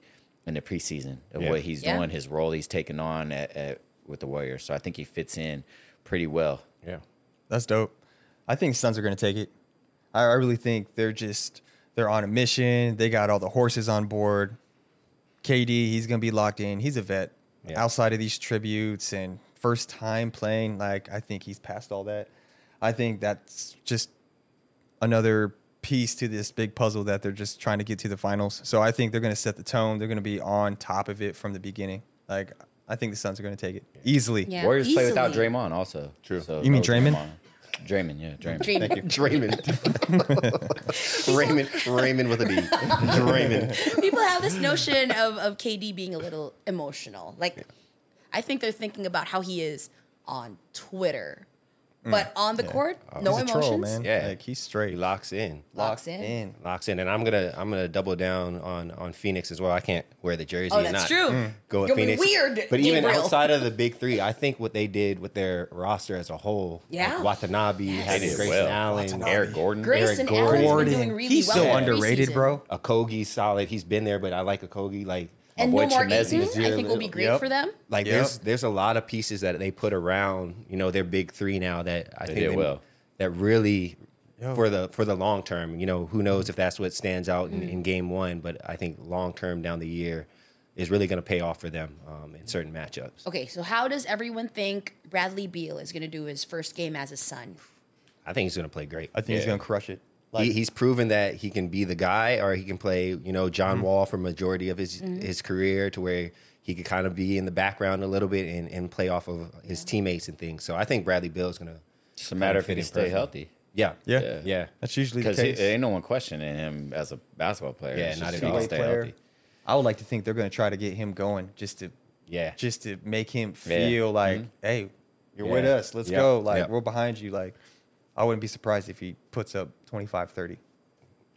[SPEAKER 4] in the preseason of
[SPEAKER 6] Yeah.
[SPEAKER 4] what he's
[SPEAKER 3] Yeah.
[SPEAKER 4] doing, his role he's taking on at, at, with the Warriors. So I think he fits in pretty well.
[SPEAKER 6] Yeah.
[SPEAKER 1] That's dope. I think Suns are going to take it. I, I really think they're just they're on a mission. They got all the horses on board. KD, he's going to be locked in. He's a vet.
[SPEAKER 6] Yeah.
[SPEAKER 1] Outside of these tributes and first time playing, like I think he's past all that. I think that's just another piece to this big puzzle that they're just trying to get to the finals. So I think they're going to set the tone. They're going to be on top of it from the beginning. Like I think the Suns are going to take it easily.
[SPEAKER 3] Yeah.
[SPEAKER 4] Warriors play without
[SPEAKER 3] easily.
[SPEAKER 4] Draymond also. True. So
[SPEAKER 1] You mean
[SPEAKER 4] no
[SPEAKER 1] Draymond?
[SPEAKER 4] Draymond, yeah, Draymond.
[SPEAKER 3] Dream.
[SPEAKER 6] Thank you. Draymond. Raymond. Raymond with a D. Draymond.
[SPEAKER 3] people have this notion of, of KD being a little emotional. Like, I think they're thinking about how he is on Twitter, but on the court,
[SPEAKER 1] Mm.
[SPEAKER 3] no
[SPEAKER 1] Oh, he's a
[SPEAKER 3] emotions.
[SPEAKER 1] troll, man.
[SPEAKER 6] Yeah.
[SPEAKER 1] like he's straight.
[SPEAKER 6] He locks in.
[SPEAKER 3] Locks in.
[SPEAKER 6] Locks in, and I'm gonna I'm gonna double down on on Phoenix as well. I can't wear the jersey.
[SPEAKER 3] Oh,
[SPEAKER 6] and not
[SPEAKER 3] that's true.
[SPEAKER 6] Go with
[SPEAKER 3] You'll be
[SPEAKER 6] Phoenix.
[SPEAKER 3] weird,
[SPEAKER 6] but even
[SPEAKER 3] Gabriel.
[SPEAKER 6] outside of the big three, I think what they did with their roster as a whole, like
[SPEAKER 3] Yeah.
[SPEAKER 6] Watanabe, having
[SPEAKER 4] did
[SPEAKER 6] Grayson
[SPEAKER 4] well.
[SPEAKER 6] Allen,
[SPEAKER 4] Eric Gordon.
[SPEAKER 3] Grace
[SPEAKER 6] Eric
[SPEAKER 3] and
[SPEAKER 6] Gordon.
[SPEAKER 3] Allen's been doing
[SPEAKER 1] Gordon.
[SPEAKER 3] really
[SPEAKER 1] he's
[SPEAKER 3] well.
[SPEAKER 1] so
[SPEAKER 3] in the
[SPEAKER 1] underrated,
[SPEAKER 3] preseason.
[SPEAKER 1] bro.
[SPEAKER 6] Akogi's solid. He's been there, but I like Akogi. Like
[SPEAKER 3] And
[SPEAKER 4] boy
[SPEAKER 3] no more
[SPEAKER 4] Chimezie
[SPEAKER 3] Aiton,
[SPEAKER 4] is
[SPEAKER 3] I think will be great
[SPEAKER 1] Yep.
[SPEAKER 3] for them.
[SPEAKER 6] like
[SPEAKER 1] Yep.
[SPEAKER 6] there's there's a lot of pieces that they put around you know their big three now that I think
[SPEAKER 4] did well.
[SPEAKER 6] that really for the for the long term. You know, who knows if that's what stands out in, in game one, but I think long term down the year is really going to pay off for them um, in certain matchups.
[SPEAKER 3] Okay, so how does everyone think Bradley Beal is going to do his first game as a son?
[SPEAKER 6] I think he's going to play great.
[SPEAKER 1] I think he's gonna crush it.
[SPEAKER 6] he, he's proven that he can be the guy, or he can play, you know, John Wall for majority of his his career, to where he could kind of be in the background a little bit and, and play off of his teammates and things. So I think Bradley Bill is gonna.
[SPEAKER 4] It's a matter of if
[SPEAKER 6] fit
[SPEAKER 4] he
[SPEAKER 6] in
[SPEAKER 4] stay
[SPEAKER 6] perfectly.
[SPEAKER 4] healthy.
[SPEAKER 6] Yeah,
[SPEAKER 1] Yeah.
[SPEAKER 6] yeah.
[SPEAKER 1] That's usually the
[SPEAKER 4] Because
[SPEAKER 1] case.
[SPEAKER 4] ain't no one questioning him as a basketball player.
[SPEAKER 6] Yeah,
[SPEAKER 4] It's
[SPEAKER 6] not
[SPEAKER 4] just
[SPEAKER 6] at
[SPEAKER 4] he
[SPEAKER 6] all.
[SPEAKER 4] can Stay
[SPEAKER 1] Player.
[SPEAKER 4] healthy.
[SPEAKER 1] I would like to think they're gonna try to get him going just to
[SPEAKER 6] Yeah.
[SPEAKER 1] just to make him
[SPEAKER 4] Yeah. Mm-hmm.
[SPEAKER 1] feel like, hey, you're with
[SPEAKER 4] Yeah.
[SPEAKER 1] us. Let's
[SPEAKER 6] Yeah.
[SPEAKER 1] go. Like
[SPEAKER 6] Yeah.
[SPEAKER 1] we're behind you. Like I wouldn't be surprised if he puts up 25, 30.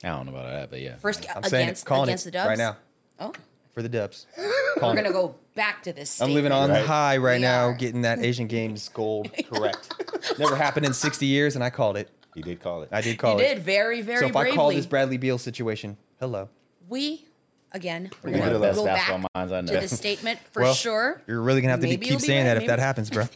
[SPEAKER 4] I don't know about that, but yeah.
[SPEAKER 3] First
[SPEAKER 1] I'm saying it,
[SPEAKER 3] against
[SPEAKER 1] calling
[SPEAKER 3] against
[SPEAKER 1] it
[SPEAKER 3] the Dubs
[SPEAKER 1] right now
[SPEAKER 3] Oh,
[SPEAKER 1] for the Dubs.
[SPEAKER 3] we're
[SPEAKER 1] Calling it.
[SPEAKER 3] going to go back to this.
[SPEAKER 1] I'm living on
[SPEAKER 3] statement.
[SPEAKER 1] the high right
[SPEAKER 3] We
[SPEAKER 1] now,
[SPEAKER 3] are.
[SPEAKER 1] getting that Asian Games gold correct. Never happened in 60 years, and I called it.
[SPEAKER 6] He did call it.
[SPEAKER 1] I did call
[SPEAKER 3] You
[SPEAKER 1] it.
[SPEAKER 3] did very, very
[SPEAKER 1] so if
[SPEAKER 3] bravely.
[SPEAKER 1] I call this Bradley Beal situation, hello.
[SPEAKER 3] we again we're
[SPEAKER 4] one
[SPEAKER 3] gonna
[SPEAKER 4] of the best
[SPEAKER 3] go
[SPEAKER 4] basketball
[SPEAKER 3] back
[SPEAKER 4] minds I know.
[SPEAKER 3] to the statement for
[SPEAKER 1] Well,
[SPEAKER 3] sure.
[SPEAKER 1] You're really gonna have to be,
[SPEAKER 3] Maybe you'll
[SPEAKER 1] keep
[SPEAKER 3] be
[SPEAKER 1] saying
[SPEAKER 3] right,
[SPEAKER 1] that if that
[SPEAKER 3] maybe-
[SPEAKER 1] happens, bro.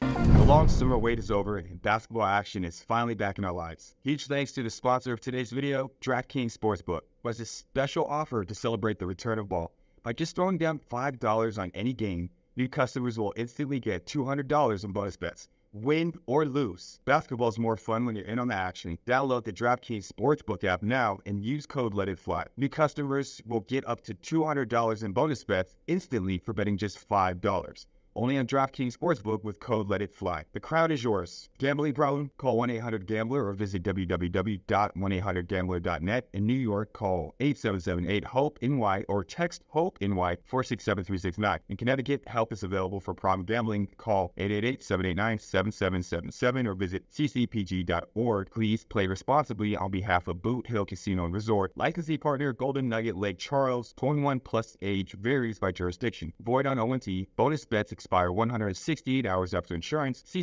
[SPEAKER 9] The long summer wait is over and basketball action is finally back in our lives. Huge thanks to the sponsor of today's video, DraftKings Sportsbook, who has a special offer to celebrate the return of ball. By just throwing down $5 on any game, new customers will instantly get $200 in bonus bets. Win or lose, basketball's more fun when you're in on the action. Download the DraftKings Sportsbook app now and use code Let It Fly. New customers will get up to $200 in bonus bets instantly for betting just $5. Only on DraftKings Sportsbook with code Let It Fly. The crowd is yours. Gambling problem? Call 1 800 Gambler or visit www.1800Gambler.net. In New York, call 8778 HOPE NY E or text HOPE NY 467369. In Connecticut, help is available for problem gambling. Call 888 789 7777 or visit ccpg.org. Please play responsibly on behalf of Boot Hill Casino and Resort. Licensee partner Golden Nugget Lake Charles. 21 plus age varies by jurisdiction. Void on ONT. Bonus bets expire 168 hours after insurance. See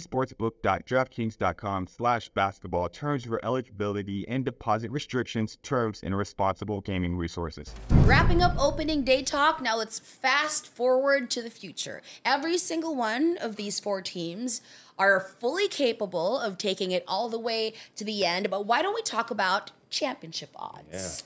[SPEAKER 9] sportsbook.draftkings.com slash basketball. Terms for eligibility and deposit restrictions, terms, and responsible gaming resources.
[SPEAKER 3] Wrapping up opening day talk, now let's fast forward to the future. Every single one of these four teams are fully capable of taking it all the way to the end, but why don't we talk about championship odds?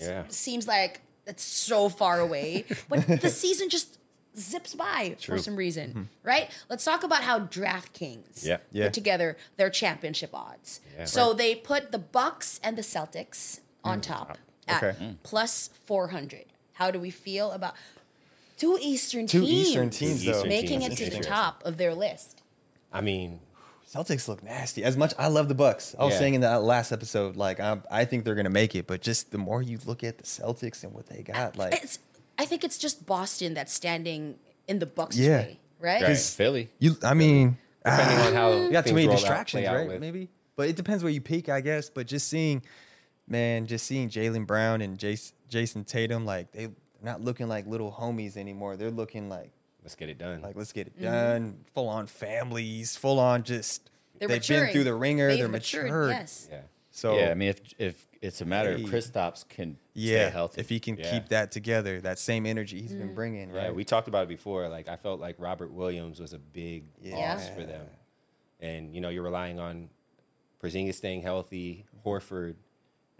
[SPEAKER 6] yeah.
[SPEAKER 3] Seems like it's so far away, but the season just zips by for some reason,
[SPEAKER 1] Mm-hmm.
[SPEAKER 3] right? Let's talk about how DraftKings
[SPEAKER 6] Yeah, yeah.
[SPEAKER 3] put together their championship odds. so they put the Bucks and the Celtics on top at
[SPEAKER 1] Mm, Okay. Mm.
[SPEAKER 3] plus 400. How do we feel about two Eastern
[SPEAKER 1] Two
[SPEAKER 3] teams,
[SPEAKER 1] Eastern teams, though.
[SPEAKER 6] Eastern
[SPEAKER 3] making
[SPEAKER 6] teams,
[SPEAKER 3] it to the
[SPEAKER 6] interesting.
[SPEAKER 3] top of their list?
[SPEAKER 6] I mean,
[SPEAKER 1] Celtics look nasty. As much I love the Bucks, I was
[SPEAKER 6] Yeah.
[SPEAKER 1] saying in the last episode, like I, I think they're gonna make it, but just the more you look at the Celtics and what they got, like
[SPEAKER 3] It's I think it's just Boston that's standing in the Bucks'
[SPEAKER 1] Yeah.
[SPEAKER 3] way, right?
[SPEAKER 4] Right. Philly.
[SPEAKER 1] you, I mean,
[SPEAKER 6] depending on how
[SPEAKER 1] you got too
[SPEAKER 6] things
[SPEAKER 1] many
[SPEAKER 6] roll out-
[SPEAKER 1] distractions,
[SPEAKER 6] play out
[SPEAKER 1] right?
[SPEAKER 6] with-
[SPEAKER 1] Maybe, but it depends where you peak, I guess. But just seeing, man, just seeing Jalen Brown and Jason, Jason Tatum, like they not looking like little homies anymore. They're looking like
[SPEAKER 6] Let's get it done.
[SPEAKER 1] like let's get it
[SPEAKER 3] Mm-hmm.
[SPEAKER 1] done. Full on families, full on just have
[SPEAKER 3] They're
[SPEAKER 1] been
[SPEAKER 3] maturing.
[SPEAKER 1] through the ringer.
[SPEAKER 3] They've
[SPEAKER 1] they're
[SPEAKER 3] matured,
[SPEAKER 1] matured.
[SPEAKER 3] Yes.
[SPEAKER 6] yeah.
[SPEAKER 1] So
[SPEAKER 4] Yeah, I mean, if if it's a matter of
[SPEAKER 1] Hey.
[SPEAKER 4] Kristaps can
[SPEAKER 1] yeah,
[SPEAKER 4] stay healthy,
[SPEAKER 1] if he can
[SPEAKER 4] Yeah.
[SPEAKER 1] keep that together, that same energy he's
[SPEAKER 3] Mm.
[SPEAKER 1] been bringing,
[SPEAKER 6] Yeah,
[SPEAKER 1] right?
[SPEAKER 6] we talked about it before. Like I felt like Robert Williams was a big
[SPEAKER 1] Yeah.
[SPEAKER 6] loss for them, and you know you're relying on Porzingis staying healthy, Horford,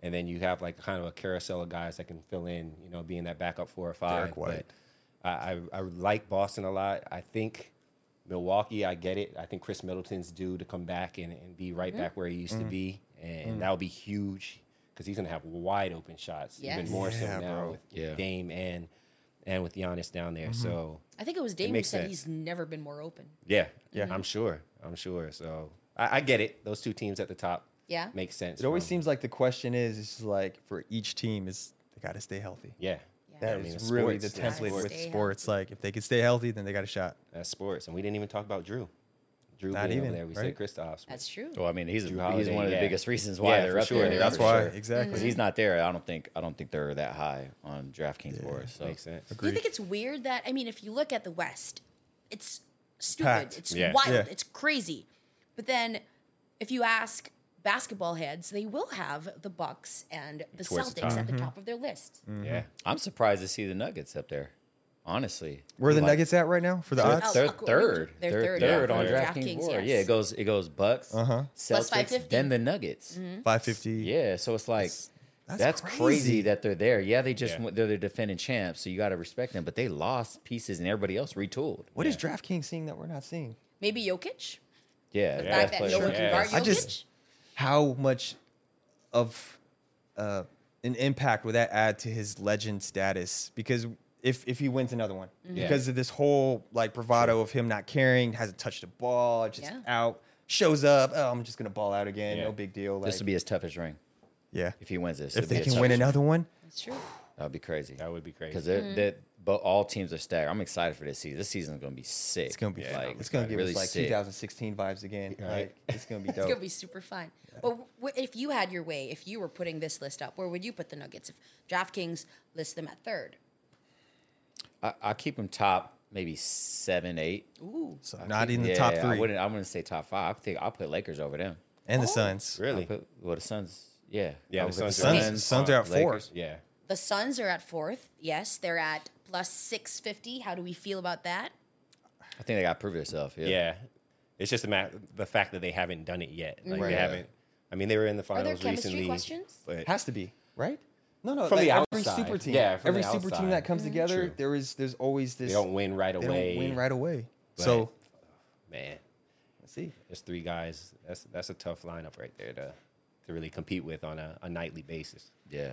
[SPEAKER 6] and then you have like kind of a carousel of guys that can fill in. You know, being that backup four or five.
[SPEAKER 1] Derek White.
[SPEAKER 6] But I, I I like Boston a lot. I think Milwaukee. I get it. I think Chris Middleton's due to come back and, and be
[SPEAKER 1] Mm-hmm.
[SPEAKER 6] right back where he used to be, and that would be huge because he's gonna have wide open shots,
[SPEAKER 3] Yes.
[SPEAKER 6] even more
[SPEAKER 1] Yeah, Mm-hmm.
[SPEAKER 6] so now
[SPEAKER 1] bro.
[SPEAKER 6] with
[SPEAKER 4] Yeah.
[SPEAKER 6] Dame and and with Giannis down there. So
[SPEAKER 3] I think it was Dame who
[SPEAKER 6] makes
[SPEAKER 3] said
[SPEAKER 6] sense.
[SPEAKER 3] he's never been more open.
[SPEAKER 6] yeah, yeah, I'm sure, I'm sure. So I, I get it. Those two teams at the top,
[SPEAKER 3] Yeah.
[SPEAKER 6] make sense.
[SPEAKER 1] It always
[SPEAKER 6] from-
[SPEAKER 1] seems like the question is, it's just like for each team is they got to stay healthy.
[SPEAKER 6] yeah.
[SPEAKER 1] That
[SPEAKER 6] I mean,
[SPEAKER 1] is
[SPEAKER 6] it's
[SPEAKER 1] really
[SPEAKER 6] sports.
[SPEAKER 1] the
[SPEAKER 6] It's
[SPEAKER 1] template
[SPEAKER 3] sports.
[SPEAKER 1] with
[SPEAKER 3] Stay
[SPEAKER 1] sports. Like if they could stay healthy, then they got a shot.
[SPEAKER 6] That's sports, and we didn't even talk about Drew. Drew
[SPEAKER 1] Not
[SPEAKER 6] being
[SPEAKER 1] even,
[SPEAKER 6] over there. We
[SPEAKER 1] right?
[SPEAKER 6] said Kristaps.
[SPEAKER 3] That's true.
[SPEAKER 4] Well, I mean, he's
[SPEAKER 6] Drew
[SPEAKER 4] he's
[SPEAKER 6] Holiday,
[SPEAKER 4] one of the
[SPEAKER 6] yeah.
[SPEAKER 4] biggest reasons why
[SPEAKER 6] Yeah,
[SPEAKER 4] they're
[SPEAKER 6] for
[SPEAKER 4] up
[SPEAKER 6] sure,
[SPEAKER 4] there.
[SPEAKER 6] they're
[SPEAKER 1] That's
[SPEAKER 6] for
[SPEAKER 1] why
[SPEAKER 6] sure.
[SPEAKER 1] exactly.
[SPEAKER 4] because he's not there. I don't think I don't think they're that high on DraftKings board. So
[SPEAKER 6] Makes sense.
[SPEAKER 3] Do you think it's weird that I mean, if you look at the West, it's stupid,
[SPEAKER 1] Packed.
[SPEAKER 3] it's
[SPEAKER 6] Yeah.
[SPEAKER 3] wild,
[SPEAKER 1] Yeah.
[SPEAKER 3] it's crazy. But then, if you ask basketball heads, they will have the Bucks and the
[SPEAKER 6] Towards the
[SPEAKER 3] Celtics
[SPEAKER 6] top.
[SPEAKER 3] at the top of their list.
[SPEAKER 6] Yeah,
[SPEAKER 4] I'm surprised to see the Nuggets up there. Honestly,
[SPEAKER 1] Where are the
[SPEAKER 4] Like,
[SPEAKER 1] Nuggets at right now for the
[SPEAKER 4] They're
[SPEAKER 1] odds?
[SPEAKER 3] Oh,
[SPEAKER 4] third,
[SPEAKER 3] Aqua-
[SPEAKER 4] third.
[SPEAKER 3] they're
[SPEAKER 4] They're
[SPEAKER 3] third,
[SPEAKER 4] third,
[SPEAKER 3] yeah.
[SPEAKER 4] on
[SPEAKER 3] Yeah.
[SPEAKER 4] DraftKings.
[SPEAKER 3] DraftKings,
[SPEAKER 4] board.
[SPEAKER 3] yes.
[SPEAKER 4] Yeah, it goes it goes Bucks,
[SPEAKER 1] Uh-huh.
[SPEAKER 3] Plus Mm-hmm.
[SPEAKER 4] Celtics,
[SPEAKER 3] 550.
[SPEAKER 4] then the Nuggets.
[SPEAKER 1] Five fifty.
[SPEAKER 4] Yeah, so it's like
[SPEAKER 1] That's
[SPEAKER 4] that's,
[SPEAKER 1] crazy.
[SPEAKER 4] crazy. that they're there. Yeah, they just
[SPEAKER 7] Yeah.
[SPEAKER 4] went, they're the defending champs, so you got to respect them. But they lost pieces, and everybody else retooled.
[SPEAKER 1] What is DraftKings seeing that we're not seeing?
[SPEAKER 3] Maybe Jokic.
[SPEAKER 4] Yeah,
[SPEAKER 3] The
[SPEAKER 7] Yeah,
[SPEAKER 3] fact
[SPEAKER 4] best
[SPEAKER 3] that
[SPEAKER 4] player.
[SPEAKER 3] no one can guard
[SPEAKER 7] I
[SPEAKER 3] Jokic.
[SPEAKER 1] just- How much of uh, an impact would that add to his legend status? Because if if he wins another one,
[SPEAKER 4] Mm-hmm.
[SPEAKER 1] because of this whole like bravado of him not caring, hasn't touched the ball, just
[SPEAKER 3] Yeah.
[SPEAKER 1] out, shows up. Oh, I'm just gonna ball out again.
[SPEAKER 7] Yeah.
[SPEAKER 1] No big deal. Like,
[SPEAKER 4] This would be his toughest ring
[SPEAKER 1] yeah.
[SPEAKER 4] if he wins this.
[SPEAKER 1] If
[SPEAKER 4] it'd be
[SPEAKER 1] they
[SPEAKER 4] his
[SPEAKER 1] can win
[SPEAKER 4] toughest
[SPEAKER 1] another one,
[SPEAKER 3] That's true.
[SPEAKER 4] ring. that'd be crazy.
[SPEAKER 7] That would be crazy.
[SPEAKER 4] because
[SPEAKER 3] Mm-hmm.
[SPEAKER 4] that but all teams are staggered. I'm excited for this season. This season's gonna be sick.
[SPEAKER 1] it's gonna be
[SPEAKER 4] Yeah.
[SPEAKER 1] fun. It's gonna give us like
[SPEAKER 4] sick.
[SPEAKER 1] 2016 vibes again. Like, it's gonna be dope.
[SPEAKER 3] It's gonna be super fun. Well, wh- if you had your way, if you were putting this list up, where would you put the Nuggets? If DraftKings lists them at third,
[SPEAKER 4] I, I keep them top maybe seven, eight.
[SPEAKER 3] ooh,
[SPEAKER 1] so not in the
[SPEAKER 4] Yeah,
[SPEAKER 1] top
[SPEAKER 4] I
[SPEAKER 1] three
[SPEAKER 4] wouldn't. I wouldn't say top five. I think I'll put Lakers over them.
[SPEAKER 1] and the Suns.
[SPEAKER 4] I'll
[SPEAKER 6] Really?
[SPEAKER 4] put, well, the Suns. Yeah.
[SPEAKER 6] Yeah,
[SPEAKER 4] I'll
[SPEAKER 6] the
[SPEAKER 4] put
[SPEAKER 6] Suns
[SPEAKER 1] Suns,
[SPEAKER 6] Suns,
[SPEAKER 1] Suns are at four.
[SPEAKER 4] Lakers.
[SPEAKER 7] yeah.
[SPEAKER 3] the Suns are at fourth. Yes, they're at plus six fifty. How do we feel about that?
[SPEAKER 4] I think they got to prove themselves. Yeah.
[SPEAKER 6] Yeah. It's just the, ma- the fact that they haven't done it yet. Like
[SPEAKER 4] Right.
[SPEAKER 6] they haven't. I mean, they were in the
[SPEAKER 3] Are
[SPEAKER 6] finals
[SPEAKER 3] there chemistry
[SPEAKER 6] recently.
[SPEAKER 3] questions?
[SPEAKER 6] But
[SPEAKER 1] Has to be, right? No, no.
[SPEAKER 6] From
[SPEAKER 1] like
[SPEAKER 6] the
[SPEAKER 1] every
[SPEAKER 6] outside.
[SPEAKER 1] super team,
[SPEAKER 6] Yeah, from
[SPEAKER 1] every
[SPEAKER 6] the
[SPEAKER 1] super team
[SPEAKER 6] outside.
[SPEAKER 1] that comes together,
[SPEAKER 6] True.
[SPEAKER 1] there is there's always this.
[SPEAKER 6] they don't win right
[SPEAKER 1] they don't
[SPEAKER 6] away.
[SPEAKER 1] win right away.
[SPEAKER 6] But-
[SPEAKER 1] So
[SPEAKER 6] Man,
[SPEAKER 1] let's see.
[SPEAKER 6] there's three guys. That's that's a tough lineup right there to to really compete with on a, a nightly basis.
[SPEAKER 4] Yeah.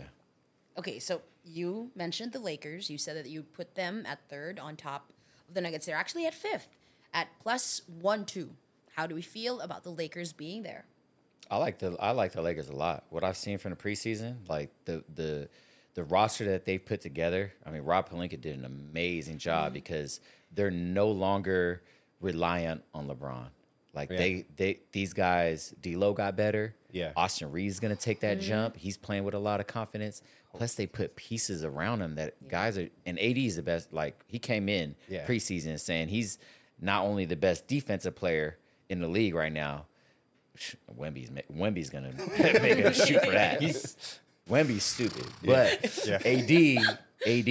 [SPEAKER 3] Okay, so you mentioned the Lakers. You said that you put them at third on top of the Nuggets. They're actually at fifth at plus one two. How do we feel about the Lakers being there?
[SPEAKER 4] I like the I like the Lakers a lot. What I've seen from the preseason, like the the the roster that they've put together. I mean, Rob Palinka did an amazing job
[SPEAKER 6] Mm-hmm.
[SPEAKER 4] because they're no longer reliant on LeBron. Like they they these guys, D'Lo got better.
[SPEAKER 6] Yeah. Mm-hmm.
[SPEAKER 4] Austin Reed's gonna take that jump. He's playing with a lot of confidence. Plus, they put pieces around him that guys are. And AD is the best. Like he came in
[SPEAKER 6] Yeah.
[SPEAKER 4] preseason saying he's not only the best defensive player in the league right now, Wemby's ma- Wemby's gonna make him shoot for that. Wemby's stupid, but AD AD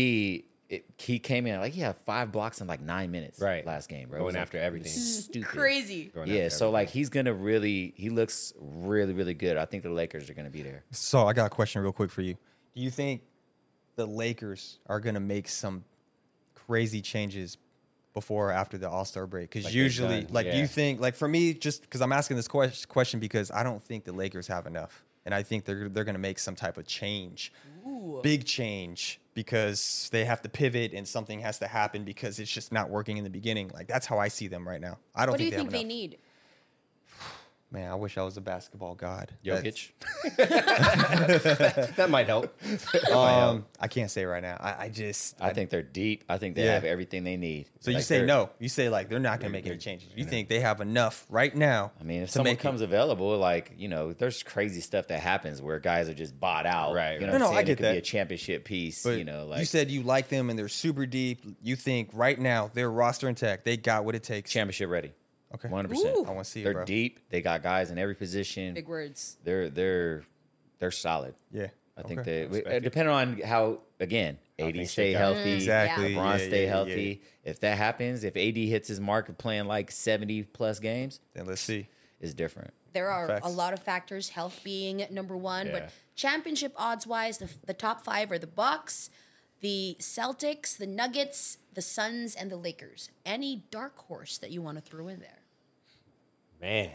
[SPEAKER 4] it, he came in like he had five blocks in like nine minutes
[SPEAKER 6] Right.
[SPEAKER 4] last game, bro. It
[SPEAKER 6] Going
[SPEAKER 4] was, like,
[SPEAKER 6] after everything.
[SPEAKER 4] stupid.
[SPEAKER 3] Crazy.
[SPEAKER 6] Going
[SPEAKER 4] Yeah,
[SPEAKER 6] after
[SPEAKER 4] so like he's gonna really he looks really really good. I think the Lakers are gonna be there.
[SPEAKER 1] So I got a question real quick for you. Do you think the Lakers are gonna make some crazy changes before or after the All Star break? Because
[SPEAKER 6] Like they've
[SPEAKER 1] usually,
[SPEAKER 6] done,
[SPEAKER 1] like you
[SPEAKER 6] yeah.
[SPEAKER 1] think, like for me, just because I'm asking this ques- question because I don't think the Lakers have enough, and I think they're they're gonna make some type of change, big change. Because they have to pivot and something has to happen because it's just not working in the beginning. Like that's how I see them right now. I don't
[SPEAKER 3] What do you
[SPEAKER 1] think they have
[SPEAKER 3] think they
[SPEAKER 1] enough.
[SPEAKER 3] need?
[SPEAKER 1] Man, I wish I was a basketball god. That's-
[SPEAKER 4] Jokic,
[SPEAKER 6] That might help.
[SPEAKER 1] Um, I can't say right now. I, I just.
[SPEAKER 4] I think they're deep. I think they
[SPEAKER 1] Yeah.
[SPEAKER 4] have everything they need.
[SPEAKER 1] so you
[SPEAKER 4] Like,
[SPEAKER 1] say
[SPEAKER 4] they're-
[SPEAKER 1] no. You say like they're not going to make any changes. You think they have enough right now?
[SPEAKER 4] I mean, if
[SPEAKER 1] to
[SPEAKER 4] someone
[SPEAKER 1] make it-
[SPEAKER 4] comes available, like you know, there's crazy stuff that happens where guys are just bought out.
[SPEAKER 6] Right,
[SPEAKER 4] You
[SPEAKER 6] right.
[SPEAKER 4] know, what
[SPEAKER 1] No,
[SPEAKER 4] I'm
[SPEAKER 1] no, I
[SPEAKER 4] saying?
[SPEAKER 1] get
[SPEAKER 4] it could
[SPEAKER 1] that.
[SPEAKER 4] be a championship piece.
[SPEAKER 1] but
[SPEAKER 4] you know, like
[SPEAKER 1] you said you like them and they're super deep. You think right now they're roster intact. They got what it takes.
[SPEAKER 4] championship ready.
[SPEAKER 1] Okay.
[SPEAKER 4] One hundred percent.
[SPEAKER 1] I wanna see it,
[SPEAKER 4] They're
[SPEAKER 1] bro.
[SPEAKER 4] deep. They got guys in every position.
[SPEAKER 3] Big words.
[SPEAKER 4] They're they're they're solid.
[SPEAKER 1] Yeah.
[SPEAKER 4] I think
[SPEAKER 1] Okay.
[SPEAKER 4] they uh, depending on how again AD
[SPEAKER 6] things
[SPEAKER 4] stay
[SPEAKER 6] shake out.
[SPEAKER 4] healthy,
[SPEAKER 1] Exactly.
[SPEAKER 4] LeBron
[SPEAKER 1] Yeah, yeah,
[SPEAKER 4] stay
[SPEAKER 1] yeah.
[SPEAKER 4] healthy. If that happens, if AD hits his mark of playing like seventy plus games,
[SPEAKER 1] Then let's see.
[SPEAKER 4] it's different.
[SPEAKER 3] There are a
[SPEAKER 1] Facts.
[SPEAKER 3] lot of factors, health being number one,
[SPEAKER 7] Yeah.
[SPEAKER 3] but championship odds wise, the, the top five are the Bucks, the Celtics, the Nuggets, the Suns, and the Lakers. Any dark horse that you want to throw in there?
[SPEAKER 6] Man.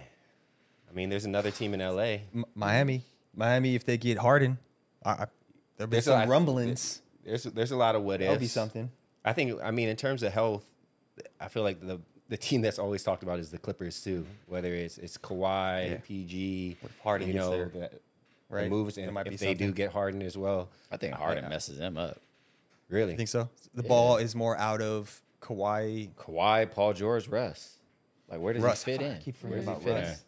[SPEAKER 6] I mean, there's another team in LA.
[SPEAKER 1] M- Miami. Miami. If they get Harden, I, I, there'll be
[SPEAKER 6] There's a lot-
[SPEAKER 1] some rumblings.
[SPEAKER 6] There's there's a lot of what ifs.
[SPEAKER 1] That'll be something.
[SPEAKER 6] I think I mean in terms of health, I feel like the the team that's always talked about is the Clippers too. Whether it's it's Kawhi, PG,
[SPEAKER 1] if Harden
[SPEAKER 6] you
[SPEAKER 1] gets
[SPEAKER 6] know,
[SPEAKER 1] there,
[SPEAKER 6] the, the
[SPEAKER 1] right?
[SPEAKER 6] moves,
[SPEAKER 1] There
[SPEAKER 6] and
[SPEAKER 1] might
[SPEAKER 6] if
[SPEAKER 1] be
[SPEAKER 6] they do
[SPEAKER 1] something.
[SPEAKER 6] get Harden as well,
[SPEAKER 4] I think Harden messes them up.
[SPEAKER 6] really.
[SPEAKER 1] You think so? The ball is more out of Kawhi.
[SPEAKER 4] Kawhi, Paul George, Russ. Like where does
[SPEAKER 1] Russ.
[SPEAKER 4] he fit
[SPEAKER 1] Fuck,
[SPEAKER 4] in?
[SPEAKER 1] I keep
[SPEAKER 4] where
[SPEAKER 1] forgetting
[SPEAKER 4] does he
[SPEAKER 1] about
[SPEAKER 4] fit
[SPEAKER 1] Russ.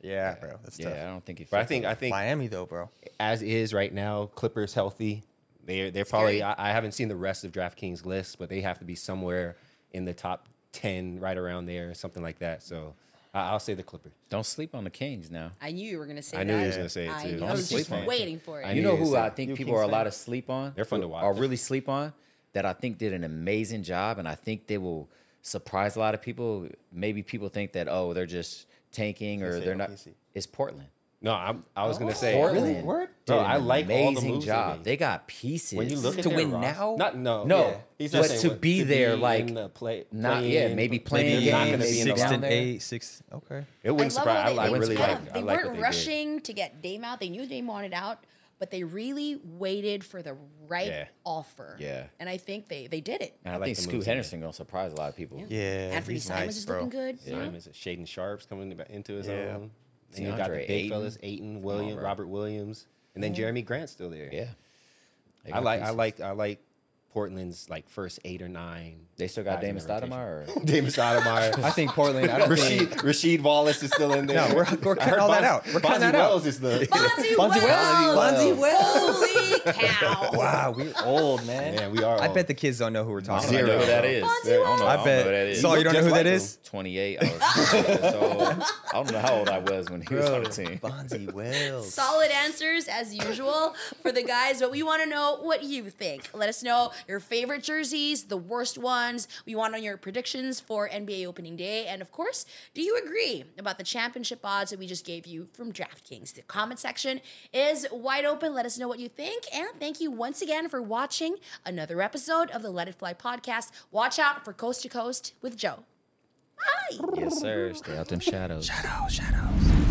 [SPEAKER 1] Yeah, bro. That's
[SPEAKER 4] in?
[SPEAKER 1] tough.
[SPEAKER 4] Yeah, I don't think he.
[SPEAKER 6] But I
[SPEAKER 4] fits
[SPEAKER 6] think
[SPEAKER 4] in.
[SPEAKER 6] I think
[SPEAKER 1] Miami though, bro.
[SPEAKER 6] as is right now, Clippers healthy. They they're probably I, I haven't seen the rest of DraftKings list, but they have to be somewhere in the top ten, right around there, something like that. So I, I'll say the Clippers.
[SPEAKER 4] don't sleep on the Kings now.
[SPEAKER 3] I knew you were going to say
[SPEAKER 6] I
[SPEAKER 3] that.
[SPEAKER 6] knew he was gonna say it
[SPEAKER 3] I,
[SPEAKER 6] too.
[SPEAKER 3] knew- I
[SPEAKER 4] Don't
[SPEAKER 3] was
[SPEAKER 4] sleep
[SPEAKER 3] just
[SPEAKER 4] on it.
[SPEAKER 3] waiting for it.
[SPEAKER 6] I
[SPEAKER 4] you
[SPEAKER 6] knew
[SPEAKER 4] know
[SPEAKER 6] you
[SPEAKER 4] who
[SPEAKER 6] said-
[SPEAKER 4] I think
[SPEAKER 6] You a
[SPEAKER 4] people are a
[SPEAKER 6] Kings
[SPEAKER 4] lot
[SPEAKER 6] fan?
[SPEAKER 4] of sleep on.
[SPEAKER 6] They're fun to watch.
[SPEAKER 4] Or really sleep on that I think did an amazing job, and I think they will surprise a lot of people. Maybe people think that oh, they're just tanking or
[SPEAKER 6] say
[SPEAKER 4] they're not.
[SPEAKER 6] OKC.
[SPEAKER 4] It's Portland.
[SPEAKER 6] No, I'm, I was gonna say
[SPEAKER 4] Portland
[SPEAKER 1] Word?
[SPEAKER 4] did
[SPEAKER 6] Bro,
[SPEAKER 4] an
[SPEAKER 6] I like all the
[SPEAKER 4] amazing
[SPEAKER 6] moves they
[SPEAKER 4] job.
[SPEAKER 6] made.
[SPEAKER 4] They got pieces
[SPEAKER 6] When you look at
[SPEAKER 1] To
[SPEAKER 6] their
[SPEAKER 1] win
[SPEAKER 6] roster-
[SPEAKER 1] now?
[SPEAKER 6] not no,
[SPEAKER 4] No,
[SPEAKER 6] yeah. He's not
[SPEAKER 4] but
[SPEAKER 6] saying
[SPEAKER 4] to
[SPEAKER 6] what-
[SPEAKER 4] be there, like,
[SPEAKER 6] in the play,
[SPEAKER 4] not-
[SPEAKER 6] play
[SPEAKER 4] yeah,
[SPEAKER 6] in,
[SPEAKER 4] maybe
[SPEAKER 6] but
[SPEAKER 4] playing
[SPEAKER 6] they're not gonna
[SPEAKER 4] games,
[SPEAKER 6] be in the
[SPEAKER 1] six
[SPEAKER 4] down
[SPEAKER 1] to
[SPEAKER 6] roster.
[SPEAKER 2] there.
[SPEAKER 1] eight, six. Okay.
[SPEAKER 6] It
[SPEAKER 3] I
[SPEAKER 6] wouldn't
[SPEAKER 3] love
[SPEAKER 6] surprise. I,
[SPEAKER 3] how they,
[SPEAKER 6] I
[SPEAKER 3] they,
[SPEAKER 6] really
[SPEAKER 3] yeah,
[SPEAKER 6] like. I
[SPEAKER 3] they
[SPEAKER 6] like what
[SPEAKER 3] weren't
[SPEAKER 6] they did.
[SPEAKER 3] rushing to get Dame out. They knew Dame wanted out, but they really waited for the right
[SPEAKER 4] Yeah.
[SPEAKER 3] offer.
[SPEAKER 4] Yeah.
[SPEAKER 3] And I think they they did it.
[SPEAKER 4] And I,
[SPEAKER 6] like
[SPEAKER 4] think
[SPEAKER 6] the
[SPEAKER 4] Scoot
[SPEAKER 6] moves they made.
[SPEAKER 4] Henderson gonna surprise a lot of people.
[SPEAKER 1] Yeah.
[SPEAKER 3] Anthony
[SPEAKER 1] he's
[SPEAKER 3] Simons
[SPEAKER 1] nice,
[SPEAKER 3] is
[SPEAKER 1] bro.
[SPEAKER 3] looking good.
[SPEAKER 6] Simon is it Shaden Sharp's coming ba- into his
[SPEAKER 1] Yeah.
[SPEAKER 6] own. And you got the
[SPEAKER 4] DeAndre
[SPEAKER 6] big
[SPEAKER 4] Ayton.
[SPEAKER 6] fellas, Aiton, William,
[SPEAKER 4] bro.
[SPEAKER 6] Robert Williams, and then Jeremy Grant's still there.
[SPEAKER 4] Yeah, They
[SPEAKER 6] I
[SPEAKER 4] got
[SPEAKER 6] like, I
[SPEAKER 4] pieces.
[SPEAKER 6] like, I like Portland's like first eight or nine.
[SPEAKER 4] They still got
[SPEAKER 6] guys in
[SPEAKER 4] Damon
[SPEAKER 6] the rotation.
[SPEAKER 4] Stoudemire. Or?
[SPEAKER 6] Davis Ademeyer.
[SPEAKER 1] I think Portland. I don't think.
[SPEAKER 6] Rasheed, Rasheed Wallace is still in there.
[SPEAKER 1] No, we're- we're
[SPEAKER 6] I
[SPEAKER 1] cutting
[SPEAKER 6] heard
[SPEAKER 1] all that
[SPEAKER 6] Bonz-
[SPEAKER 1] out. We're cutting
[SPEAKER 6] Bonzi
[SPEAKER 1] that out.
[SPEAKER 6] Wells is the.
[SPEAKER 3] Bonzi
[SPEAKER 1] Bonzi
[SPEAKER 3] Wells!
[SPEAKER 1] Bonzi Wells.
[SPEAKER 3] Holy cow!
[SPEAKER 1] Wow, we old man.
[SPEAKER 6] Man, we are.
[SPEAKER 1] I
[SPEAKER 6] all-
[SPEAKER 1] bet the kids don't know who we're talking
[SPEAKER 4] I don't
[SPEAKER 1] about.
[SPEAKER 6] Zero.
[SPEAKER 4] know who that is.
[SPEAKER 3] Bonzi
[SPEAKER 4] I don't know, I
[SPEAKER 1] I
[SPEAKER 4] don't know who that
[SPEAKER 1] bet.
[SPEAKER 4] is.
[SPEAKER 1] Saul, you don't know
[SPEAKER 6] just
[SPEAKER 1] who that
[SPEAKER 6] like him.
[SPEAKER 1] is?
[SPEAKER 4] 28. I, was, so, I don't know how old I was when he was on the team.
[SPEAKER 1] Bonzi Wells.
[SPEAKER 3] Solid answers as usual for the guys, but we want to know what you think. Let us know your favorite jerseys, the worst ones. We want to know your predictions for NBA opening day. And of course, do you agree about the championship odds that we just gave you from DraftKings? The comment section is wide open. Let us know what you think. And thank you once again for watching another episode of the Let It Fly podcast. Watch out for Coast to Coast with Joe. Bye.
[SPEAKER 4] Yes, sir. Stay out them shadows.
[SPEAKER 1] Shadows, shadows.